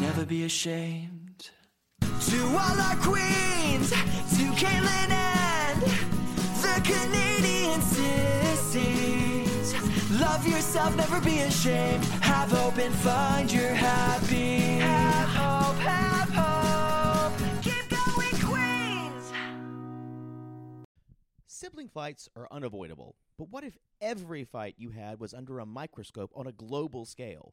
F: never be ashamed. To all our queens, to Caitlin and the Canadian sissies. Love yourself, never be ashamed. Have hope and find your happy. Have hope, have hope. Keep going, Queens.
E: Sibling fights are unavoidable, but what if every fight you had was under a microscope on a global scale?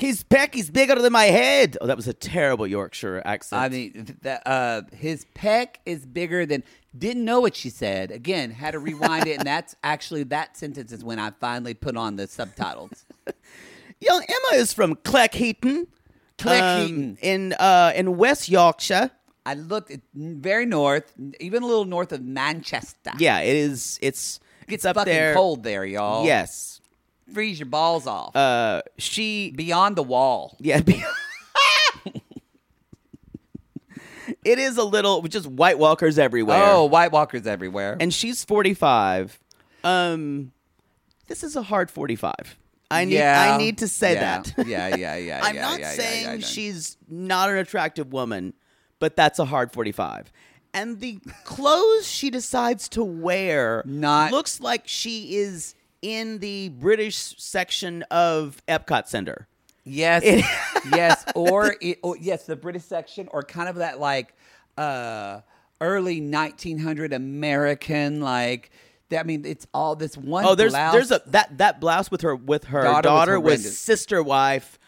A: His peck is bigger than my head. Oh, that was a terrible Yorkshire accent.
C: I mean, th- that, uh, his peck is bigger than. Didn't know what she said. Again, had to rewind it, and that's actually that sentence is when I finally put on the subtitles.
A: young Emma is from Cleckheaton,
C: Cleckheaton.
A: in uh, in West Yorkshire.
C: Um, I looked at very north, even a little north of Manchester.
A: Yeah, it is. It's
C: it gets
A: it's up
C: fucking
A: there.
C: cold there, y'all.
A: Yes,
C: freeze your balls off
A: uh, she
C: beyond the wall.
A: Yeah. be- it is a little just White Walkers everywhere.
C: Oh, White Walkers everywhere.
A: and she's 45. Um this is a hard 45. I need I need to say
C: yeah,
A: that.
C: yeah, yeah, yeah.
A: I'm
C: yeah,
A: not
C: yeah, yeah,
A: saying
C: yeah, yeah.
A: she's not an attractive woman, but that's a hard 45. And the clothes she decides to wear
C: Not-
A: looks like she is in the British section of Epcot Center.
C: Yes, yes, or, it, or yes, the British section, or kind of that like uh, early 1900 American, like that. I mean, it's all this one.
A: Oh, there's
C: blouse.
A: there's a that that blouse with her with her daughter,
C: Daughter was
A: was,
C: horrendous.
A: sister wife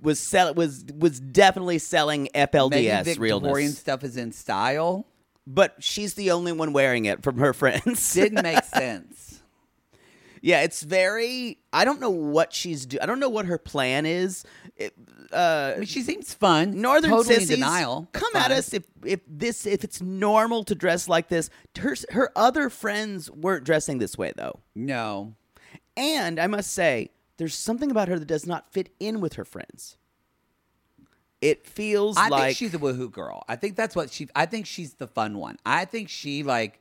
A: was sell was was definitely selling
C: maybe
A: FLDS
C: Victorian
A: realness,
C: stuff is in style.
A: but she's the only one wearing it from her friends.
C: Didn't make sense.
A: yeah, it's very. I don't know what she's do. I don't know what her plan is. It, uh,
C: I mean, she seems fun.
A: Northern
C: totally
A: sissies,
C: in denial.
A: Come
C: Fine.
A: at us if if this if it's normal to dress like this. Her her other friends weren't dressing this way though.
C: No,
A: And I must say, there's something about her that does not fit in with her friends. It feels
C: I
A: like
C: think she's a woohoo girl. I think that's what she. I think she's the fun one. I think she like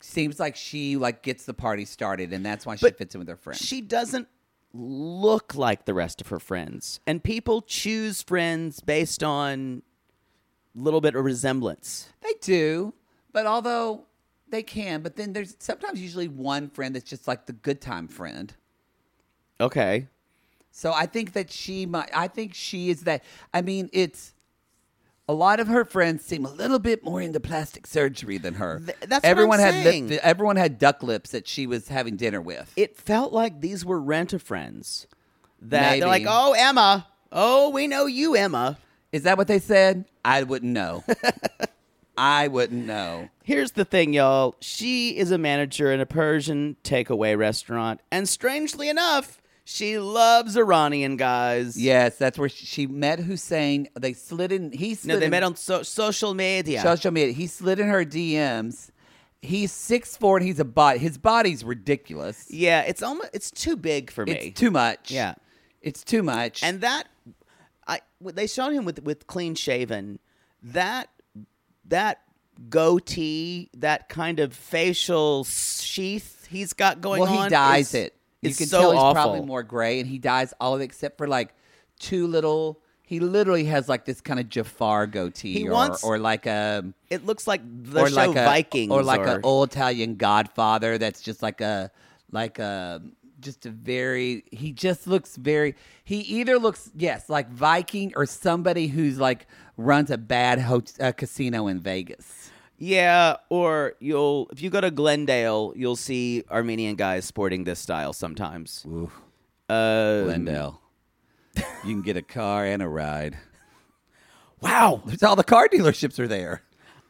C: seems like she like gets the party started, and that's why she
A: But
C: fits in with her friends.
A: she doesn't look like the rest of her friends. And people choose friends based on little bit of resemblance.
C: They do, but although they can, but then there's sometimes usually one friend that's just like the good time friend.
A: Okay.
C: So I think that she might. I think she is that. I mean, it's a lot of her friends seem a little bit more into plastic surgery than her.
A: Th- that's what I'm
C: everyone had
A: saying.
C: lip, everyone had duck lips that she was having dinner with.
A: It felt like these were rent a friends. That
C: Maybe.
A: they're like, oh Emma, oh we know you Emma.
C: Is that what they said? I wouldn't know. I wouldn't know.
A: Here's the thing, y'all. She is a manager in a Persian takeaway restaurant, and strangely enough, she loves Iranian guys.
C: Yes, that's where she- she met Hussein. They slid in. He slid
A: No, they
C: in-
A: met on so- social media.
C: social media. He slid in her DMs. He's six four and he's a body. His body's ridiculous.
A: yeah, it's almost it's too big for me.
C: It's too much.
A: Yeah.
C: it's too much.
A: and that I when they showed him with with clean shaven. That that goatee, that kind of facial sheath he's got going
C: well,
A: on.
C: he dyes
A: is-
C: it. You
A: is
C: can
A: so
C: tell he's
A: awful.
C: probably more gray, and he dyes all of it except for like two little. He literally has like this kind of Jafar goatee,
A: He
C: or,
A: wants-
C: or like a
A: It looks like the
C: or
A: show
C: like a
A: Vikings,
C: or like an old Italian Godfather. That's just like a like a just a very. He just looks very. He either looks yes like Viking or somebody who's like runs a bad ho- uh, casino in Vegas.
A: Yeah, or you'll if you go to Glendale, you'll see Armenian guys sporting this style sometimes. Uh,
C: Glendale, you can get a car and a ride.
A: wow,
C: There's all the car dealerships are there.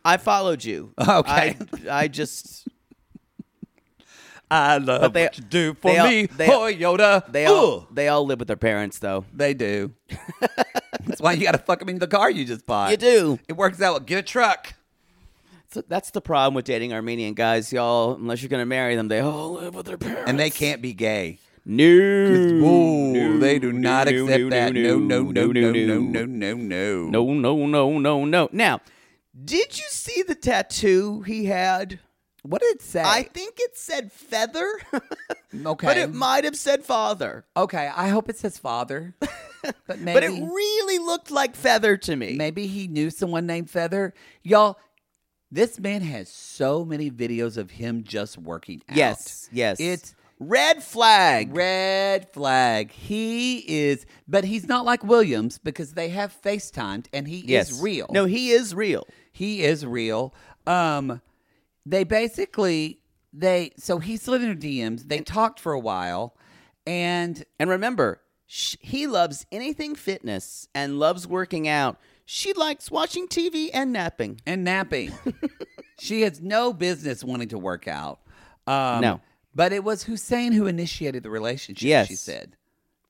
A: I followed you. I,
C: Okay.
A: I just
C: I love
A: they-
C: what you do for
A: they all-
C: me,
A: they-
C: Toyota.
A: they
C: Ooh.
A: all they all live with their parents though.
C: they do. That's why you got to fuck them in the car you just bought.
A: You do.
C: It works out. Get a truck.
A: So that's the problem with dating Armenian guys, y'all. Unless you're gonna marry them, they all live with their parents.
C: and they can't be gay.
A: no,
C: Mm. Whoa, they do
A: no,
C: not
A: no,
C: accept
A: no,
C: that. No, no, no, no, no, no,
A: no,
C: no, no.
A: no, no, no, no, no. Now, did you see the tattoo he had?
C: What did it say?
A: I think it said feather,
C: okay.
A: but it might have said father.
C: okay, I hope it says father. But maybe,
A: But it really looked like feather to me.
C: maybe he knew someone named Feather. Y'all, this man has so many videos of him just working out.
A: Yes, yes.
C: It's
A: Red flag.
C: red flag. He is, but he's not like Williams because they have FaceTimed and he is real.
A: No, he is real.
C: he is real. Um, they basically they so he slid in her DMs. They talked for a while, and
A: And remember, sh- he loves anything fitness and loves working out. She likes watching TV and napping.
C: and napping. she has no business wanting to work out. Um,
A: No.
C: but it was Hussein who initiated the relationship.
A: Yes.
C: she said.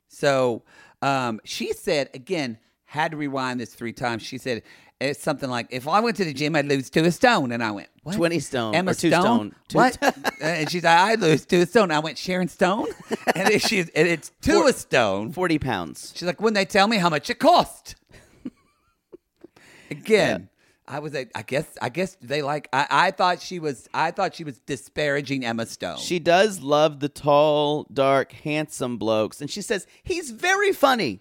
C: So um, she said again. Had to rewind this three times. She said it's something like, "If I went to the gym, I'd lose two a stone." And I went, what?
A: 20 stone,
C: Emma
A: or two stone. Two
C: What?
A: stone.
C: and she's like, "I lose two a stone." I went, "Sharon Stone," and it, she's, and it's two a stone.
A: 40 pounds.
C: She's like, when they tell me how much it cost. Again, I was like, I guess, I guess they like. I, I thought she was, I thought she was disparaging Emma Stone.
A: She does love the tall, dark, handsome blokes. And she says, he's very funny.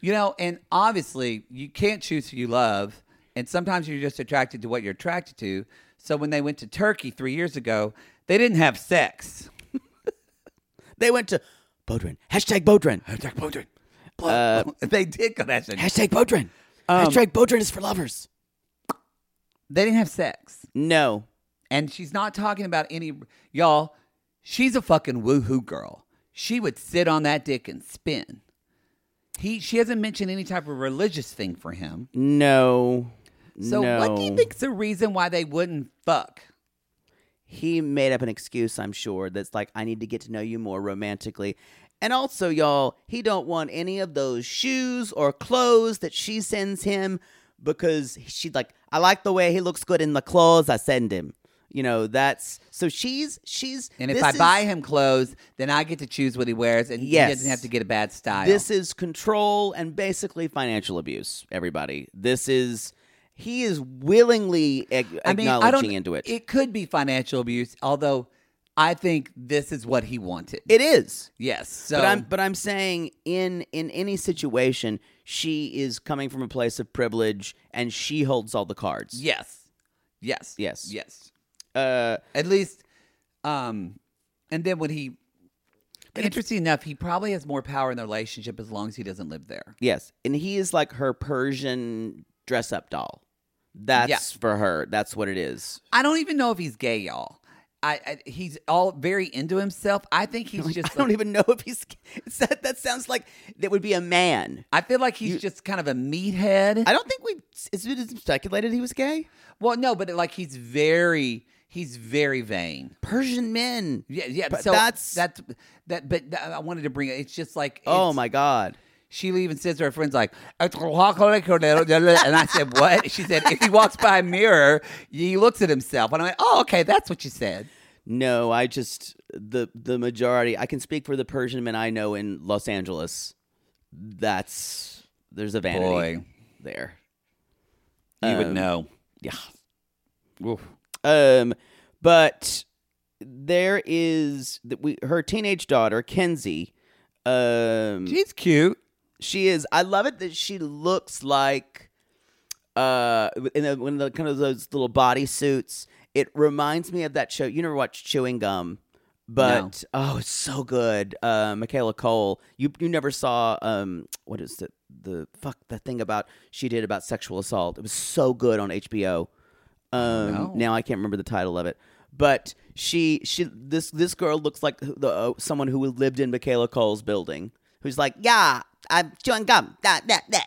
C: you know, and obviously you can't choose who you love, and sometimes you're just attracted to what you're attracted to. So when they went to Turkey three years ago, they didn't have sex.
A: They went to Bodrin. Hashtag Bodrin.
C: Hashtag Podrin.
A: Uh,
C: they did go to hashtag.
A: Hashtag Bodrin.
C: Um,
A: hashtag Bodrin is for lovers.
C: They didn't have sex,
A: No.
C: and she's not talking about any y'all. She's a fucking woohoo girl. She would sit on that dick and spin. He she hasn't mentioned any type of religious thing for him.
A: No.
C: So what do you
A: No.
C: think's the reason why they wouldn't fuck?
A: He made up an excuse, I'm sure, that's like, I need to get to know you more romantically. And also, y'all, he don't want any of those shoes or clothes that she sends him because she's like, I like the way he looks good in the clothes I send him. You know, that's so she's she's
C: And if
A: this
C: I
A: is-
C: buy him clothes, then I get to choose what he wears, and he
A: Yes.
C: doesn't have to get a bad style.
A: This is control and basically financial abuse, everybody. This is he is willingly ag- acknowledging into it.
C: It could be financial abuse, although I think this is what he wanted.
A: It is.
C: yes. So
A: but I'm but I'm saying in in any situation, she is coming from a place of privilege and she holds all the cards.
C: yes, yes,
A: Yes.
C: yes.
A: Uh
C: At least, um, and then when he, interesting enough, he probably has more power in the relationship as long as he doesn't live there.
A: yes. And he is like her Persian dress up doll. That's for her. That's what it is.
C: I don't even know if he's gay, y'all. I, I he's all very into himself. I think he's
A: Like,
C: just.
A: I don't
C: like-
A: even know if he's. it's That, that sounds like that would be a man.
C: I feel like he's just kind of a meathead.
A: I don't think we. Is it speculated he was gay?
C: well, no, but like he's very, he's very vain.
A: Persian men.
C: Yeah, yeah.
A: But
C: so
A: that's-
C: that's that's that. But th- I wanted to bring it. It's just like
A: Oh
C: it's-
A: my god.
C: Sheila even says to her friends, like, "It's a chocolate cordero," and I said, What? She said, If he walks by a mirror, he looks at himself. And I'm like, Oh, okay, that's what you said.
A: No, I just the the majority. I can speak for the Persian men I know in Los Angeles. That's there's a vanity
C: Boy.
A: there.
C: You would
A: Um,
C: know.
A: Yeah. Um, but there is that we her teenage daughter Kenzie. Um,
C: She's cute.
A: she is. I love it that she looks like, uh, in a, one of the kind of those little body suits. It reminds me of that show. You never watched Chewing Gum, but oh, it's so good. Uh, Michaela Cole. You you never saw um what is it the fuck the thing about she did about sexual assault. It was so good on HBO. Um,
C: No.
A: now I can't remember the title of it, but she she this this girl looks like the uh, someone who lived in Michaela Cole's building, who's like, yeah, I'm chewing gum, that that that.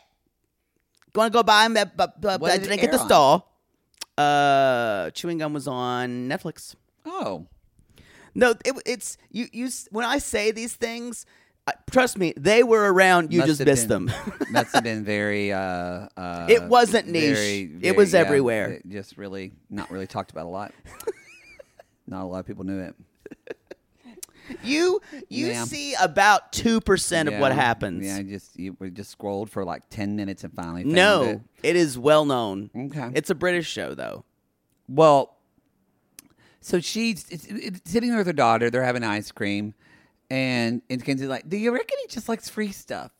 A: Gonna go buy him that but but
C: What
A: I
C: did it
A: drink at the
C: air on?
A: store. Uh, chewing gum was on Netflix.
C: Oh.
A: No, it, it's you. You s- when I say these things, I, trust me, they were around. You
C: Must
A: just
C: have
A: missed
C: been-
A: them.
C: Must have been very. Uh, uh,
A: It wasn't niche. It was everywhere.
C: it Just really, not really talked about a lot. not a lot of people knew it.
A: you you
C: Yeah.
A: see about two percent of what
C: Yeah.
A: happens.
C: Yeah, I just you, we just scrolled for like ten minutes and finally. Found
A: No,
C: it.
A: it is well known.
C: Okay.
A: It's a British show, though.
C: Well, so she's it's, it's sitting there with her daughter. They're having ice cream, and and Kenzie's like, "Do you reckon he just likes free stuff?"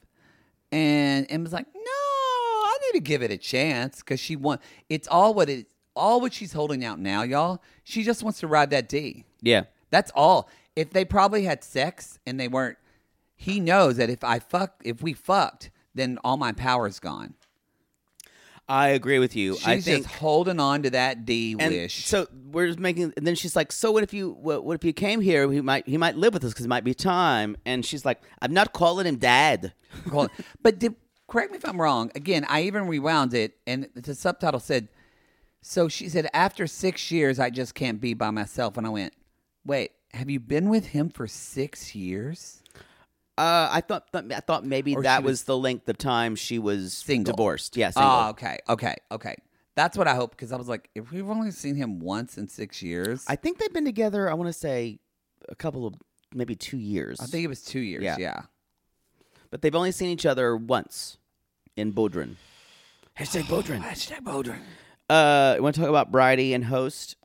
C: And Emma's like, "No, I need to give it a chance because she want it's all what it all what she's holding out now, y'all. She just wants to ride that D.
A: Yeah.
C: That's all. If they probably had sex and they weren't, he knows that if I fuck, if we fucked, then all my power's gone.
A: I agree with you.
C: She's
A: I think.
C: just holding on to that D
A: and
C: wish.
A: So we're just making, and then she's like, "So what if you what, what if you came here? He might he might live with us because it might be time." And she's like, "I'm not calling him dad."
C: Hold on. But did, correct me if I'm wrong. Again, I even rewound it, and the subtitle said, "So she said after six years, I just can't be by myself." And I went, "Wait, have you been with him for six years?"
A: Uh, I thought th- I thought maybe
C: Or
A: that
C: she
A: was,
C: was-
A: the length of time she was
C: Single.
A: divorced. Yeah, single.
C: Oh, okay, okay, okay. That's what I hope because I was like, if we've only seen him once in six years,
A: I think they've been together. I want to say a couple of maybe two years.
C: I think it was two years.
A: Yeah.
C: Yeah.
A: but they've only seen each other once in Bodrin. Hashtag Bodrin.
C: Hashtag Baldwin.
A: Uh, want to talk about Bridie and host?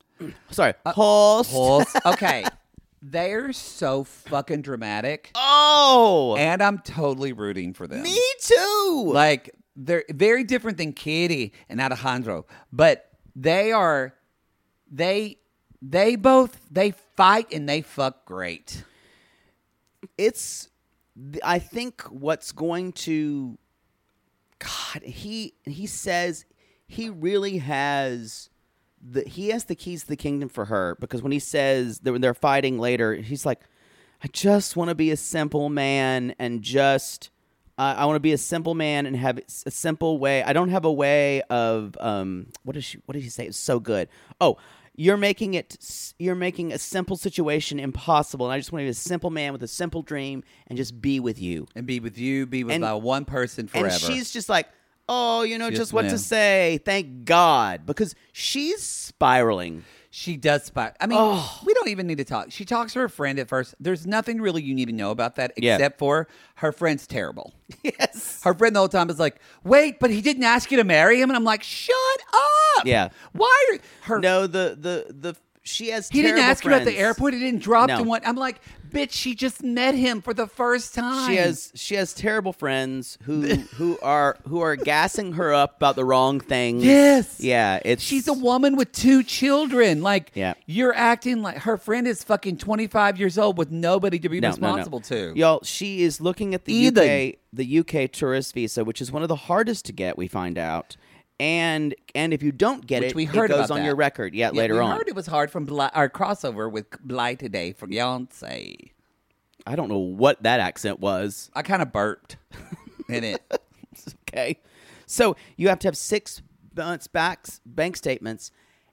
A: Sorry, Uh, host.
C: Pulse. okay. They're so fucking dramatic,
A: Oh,
C: and I'm totally rooting for them.
A: me too.
C: Like they're very different than Kitty and Alejandro, but they are they they both they fight and they fuck great.
A: it's, th- I think what's going to, God, he he says he really has the he has the keys to the kingdom for her because when he says that when they're fighting later, he's like, I just want to be a simple man and just. Uh, I want to be a simple man and have s- a simple way. I don't have a way of um. What does she? What did she say? It's so good. Oh, you're making it. s- You're making a simple situation impossible. And I just want to be a simple man with a simple dream and just be with you.
C: And be with you, be with
A: And-
C: my one person forever.
A: And she's just like, oh, you know,
C: Yes,
A: just what to
C: ma'am.
A: say. Thank God, because she's spiraling.
C: she does spy. I mean,
A: Oh.
C: we don't even need to talk. She talks to her friend at first. There's nothing really you need to know about that
A: Yeah.
C: except for her friend's terrible.
A: Yes.
C: Her friend the whole time is like, "Wait, but he didn't ask you to marry him," and I'm like, "Shut up!
A: Yeah.
C: why are her
A: No, the the the she has.
C: He didn't
A: terrible
C: ask her at
A: friends.
C: the airport. He didn't drop
A: No.
C: the one. I'm like, bitch, she just met him for the first time.
A: She has she has terrible friends who who are who are gassing her up about the wrong things.
C: Yes.
A: Yeah. It's
C: She's a woman with two children. Like,
A: Yeah.
C: you're acting like her friend is fucking 25 years old with nobody to be
A: No, no, no.
C: responsible to.
A: Y'all, she is looking at the
C: Ethan.
A: UK the UK tourist visa, which is one of the hardest to get, we find out. and and if you don't get
C: Which
A: it,
C: we heard
A: it goes
C: about
A: on
C: that.
A: your record. Yeah,
C: Yeah,
A: later
C: we
A: on.
C: heard it was hard from Bly, our crossover with Bly today from Beyonce.
A: I don't know what that accent was.
C: I kind of burped in it.
A: Okay, so you have to have six months back bank statements,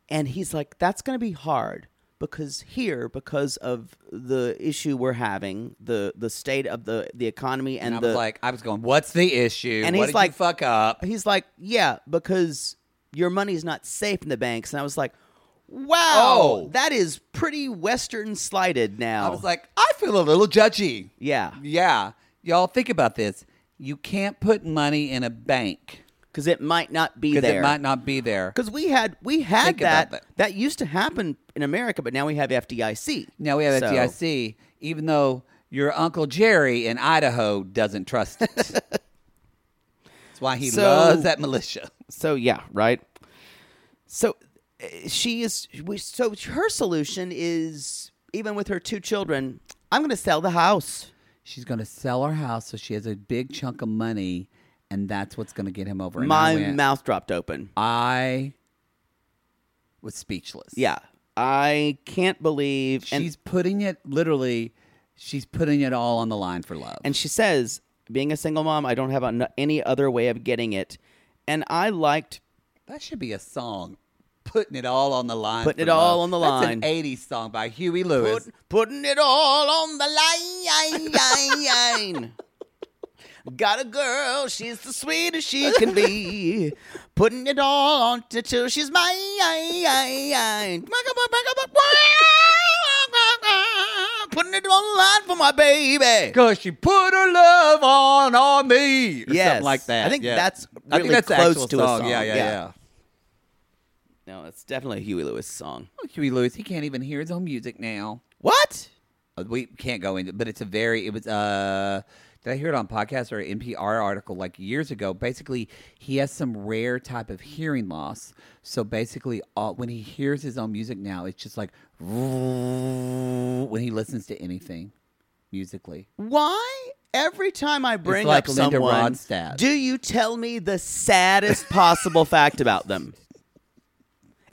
A: and he's like, "That's going to be hard because here, because of the issue we're having, the the state of the the economy, and,
C: And I
A: the
C: was like, I was going, what's the issue?
A: And
C: what
A: he's
C: did
A: like-
C: you fuck up?
A: He's like, yeah, because your money's not safe in the banks. And I was like, wow,
C: Oh.
A: that is pretty Western slighted now.
C: I was like, I feel a little judgy.
A: yeah,
C: Yeah. Y'all think about this. You can't put money in a bank
A: because it might not be
C: because
A: there.
C: it might not be there.
A: Because we had we had
C: Think about
A: that,
C: that.
A: that used to happen in America, but now we have FDIC.
C: Now we have
A: So-
C: FDIC, even though your Uncle Jerry in Idaho doesn't trust it. That's why he
A: So-
C: loves that militia.
A: So yeah, right. So uh, she is. We, so her solution is even with her two children, I'm going to sell the house.
C: She's going to sell her house so she has a big chunk of money, and that's what's going to get him over. And I
A: My
C: went-
A: mouth dropped open.
C: I was speechless.
A: Yeah. I can't believe
C: She's
A: and
C: putting it literally, she's putting it all on the line for love.
A: and she says, being a single mom, I don't have an- any other way of getting it. And I liked
C: that should be a song. Putting it all on the line.
A: Putting
C: for
A: it all
C: love.
A: on the line.
C: That's an 80s song by Huey Lewis.
A: put, putting it all on the line. Got a girl, she's the sweetest she can be. Putting it all on to till she's mine. Putting it on the line for my baby.
C: Cause she put her love on on me. Or
A: Yes.
C: something like that.
A: I think
C: Yeah.
A: that's
C: I think
A: really
C: that's the
A: close
C: actual
A: to a song.
C: Yeah, yeah,
A: Yeah.
C: yeah.
A: No, it's definitely a Huey Lewis song.
C: Oh, Huey Lewis, he can't even hear his own music now.
A: What?
C: Uh, We can't go into, but it's a very. It was. uh Did I hear it on podcast or an NPR article like years ago? Basically, he has some rare type of hearing loss. So basically, all, when he hears his own music now, it's just like when he listens to anything musically.
A: Why every time I bring
C: like
A: up
C: Linda
A: someone,
C: Ronstadt.
A: do you tell me the saddest possible fact about them?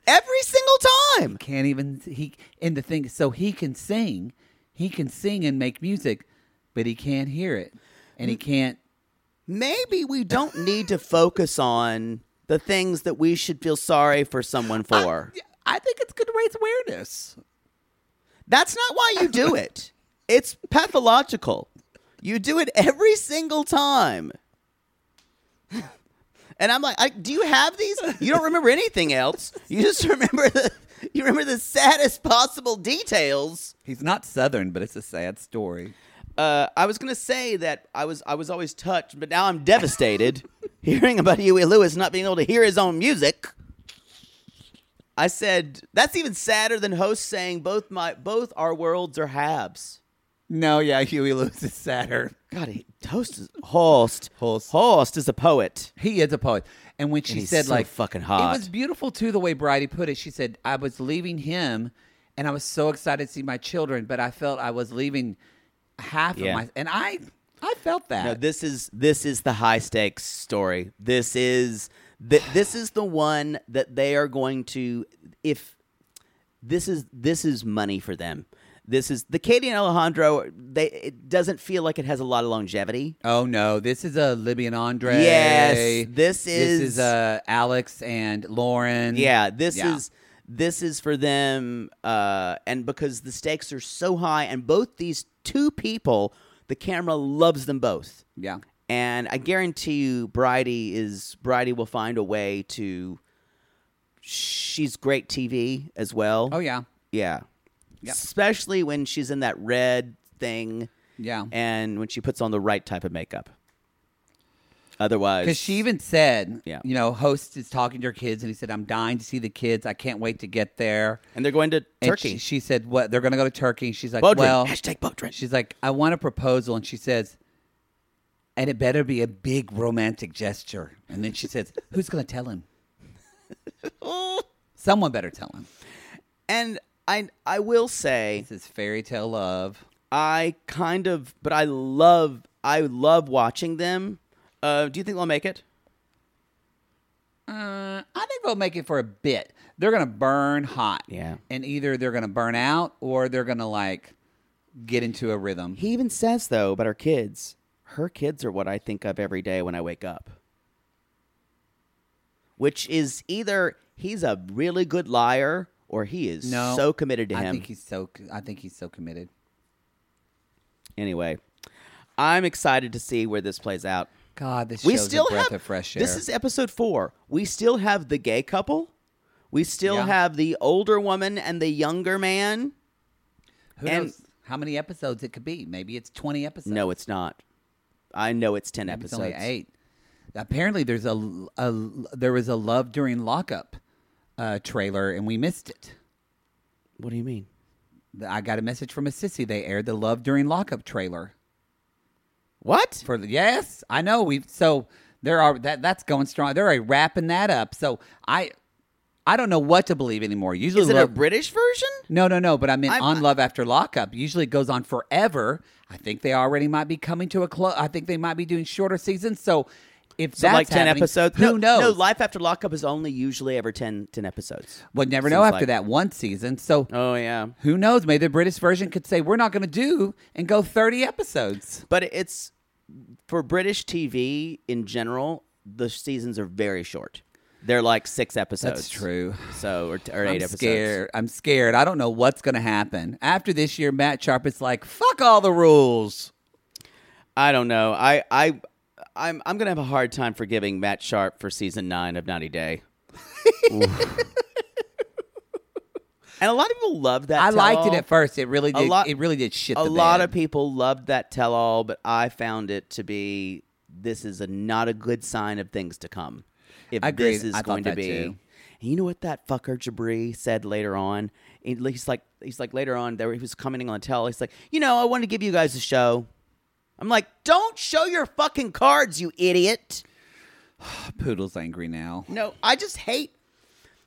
A: Every single time.
C: can't even he and the thing so he can sing he can sing and make music but he can't hear it and he can't
A: Maybe we don't need to focus on the things that we should feel sorry for someone for.
C: i think it's good to raise awareness
A: That's not why you do it. It's pathological. You do it every single time. And I'm like, I, do you have these? You don't remember anything else. You just remember the you remember the saddest possible details.
C: he's not southern but it's a sad story
A: Uh, I was gonna say that I was I was always touched, but now I'm devastated hearing about Huey Lewis not being able to hear his own music. I said that's even sadder than host saying both my both our worlds are halves.
C: no yeah huey lewis is sadder
A: God, he, Toast is Horst.
C: Horst.
A: Horst is a poet.
C: he is a poet and when she
A: And he's
C: said
A: so
C: like
A: fucking hot.
C: it was beautiful too the way bridie put it she said i was leaving him and i was so excited to see my children but i felt i was leaving half
A: Yeah.
C: of my and i i felt that
A: No, this is this is the high stakes story. This is th- this is the one that they are going to if this is this is money for them. This is the Katie and Alejandro. They it doesn't feel like it has a lot of longevity.
C: Oh no, this is a Libby and Andre.
A: Yes, this
C: this
A: is-
C: is uh, Alex and Lauren.
A: Yeah, this
C: Yeah.
A: is this is for them, uh, and because the stakes are so high, and both these two people, the camera loves them both.
C: yeah.
A: and I guarantee you, Bridie is Bridie will find a way to. She's great TV as well.
C: Oh yeah,
A: yeah, Especially when she's in that red thing,
C: yeah.
A: and when she puts on the right type of makeup. Otherwise,
C: Because she even said,
A: Yeah.
C: you know, host is talking to her kids, and he said, "I'm dying to see the kids. I can't wait to get there."
A: and they're going to
C: And
A: Turkey.
C: she, she said, "What? They're going to go to Turkey." And she's like,
A: Bodrum.
C: "Well,
A: Hashtag Bodrum.
C: She's like, "I want a proposal," and she says, "And it better be a big romantic gesture." And then she says, "Who's going to tell him? Someone better tell him."
A: and I, I will say,
C: This is fairy tale love.
A: I kind of, but I love, I love watching them. Uh, do you think they'll make it?
C: Uh, uh, I think they'll make it for a bit. They're gonna burn hot.
A: Yeah.
C: And either they're gonna burn out or they're gonna like get into a rhythm.
A: He even says though about her kids. Her kids are what I think of every day when I wake up. Which is either he's a really good liar or he is
C: No,
A: so committed to
C: I
A: him.
C: think he's so. I think he's so committed.
A: anyway, I'm excited to see where this plays out.
C: God, this
A: We
C: show's
A: still
C: a breath
A: have
C: of fresh air.
A: This is episode 4. We still have the gay couple. We still
C: Yeah.
A: have the older woman and the younger man.
C: Who
A: and-
C: knows how many episodes it could be? Maybe it's twenty episodes.
A: No, it's not. I know it's 10
C: Maybe it's
A: episodes.
C: only eight. Apparently, there's a, a there was a love during lockup uh, trailer, and we missed it.
A: What do you mean?
C: I got a message from a sissy. They aired the love during lockup trailer
A: What?
C: for the yes. I know we so there are that that's going strong. They're already wrapping that up. So I I don't know what to believe anymore. Usually,
A: Is it a
C: love-
A: British version?
C: No, no, no. But I mean,
A: I'm-
C: on Love After Lockup, usually it goes on forever. I think they already might be coming to a close. I think they might be doing shorter seasons. So if
A: So
C: that's
A: like 10
C: happening,
A: episodes. no,
C: who knows?
A: No, Life After Lockup is only usually ever 10, 10 episodes.
C: we'll never know
A: Seems
C: after
A: like-
C: that one season. So
A: Oh yeah.
C: who knows? Maybe the British version could say we're not going to do and go thirty episodes.
A: But it's for British TV in general, the seasons are very short. They're like 6 episodes.
C: That's true.
A: So or, or 8
C: I'm
A: episodes.
C: scared. I'm scared. I don't know what's going to happen after this year. Matt Sharp is like, fuck all the rules.
A: I don't know. I I I'm I'm gonna have a hard time forgiving Matt Sharp for season nine of Naughty Day. and a lot of people loved that.
C: I liked it
A: tell-all.
C: at first. It really
A: A
C: did.
A: lot-
C: it really did shit.
A: A
C: the
A: lot
C: bed.
A: of people loved that tell-all, but I found it to be this is a, not a good sign of things to come. If
C: I agree.
A: this is
C: I thought
A: going to
C: that
A: be,
C: too.
A: And you know what that fucker Jabri said later on. He- He's like, he's like later on there he was commenting on tell. He's like, you know, I want to give you guys a show. I'm like, don't show your fucking cards, you idiot.
C: Poodle's angry now.
A: No, I just hate.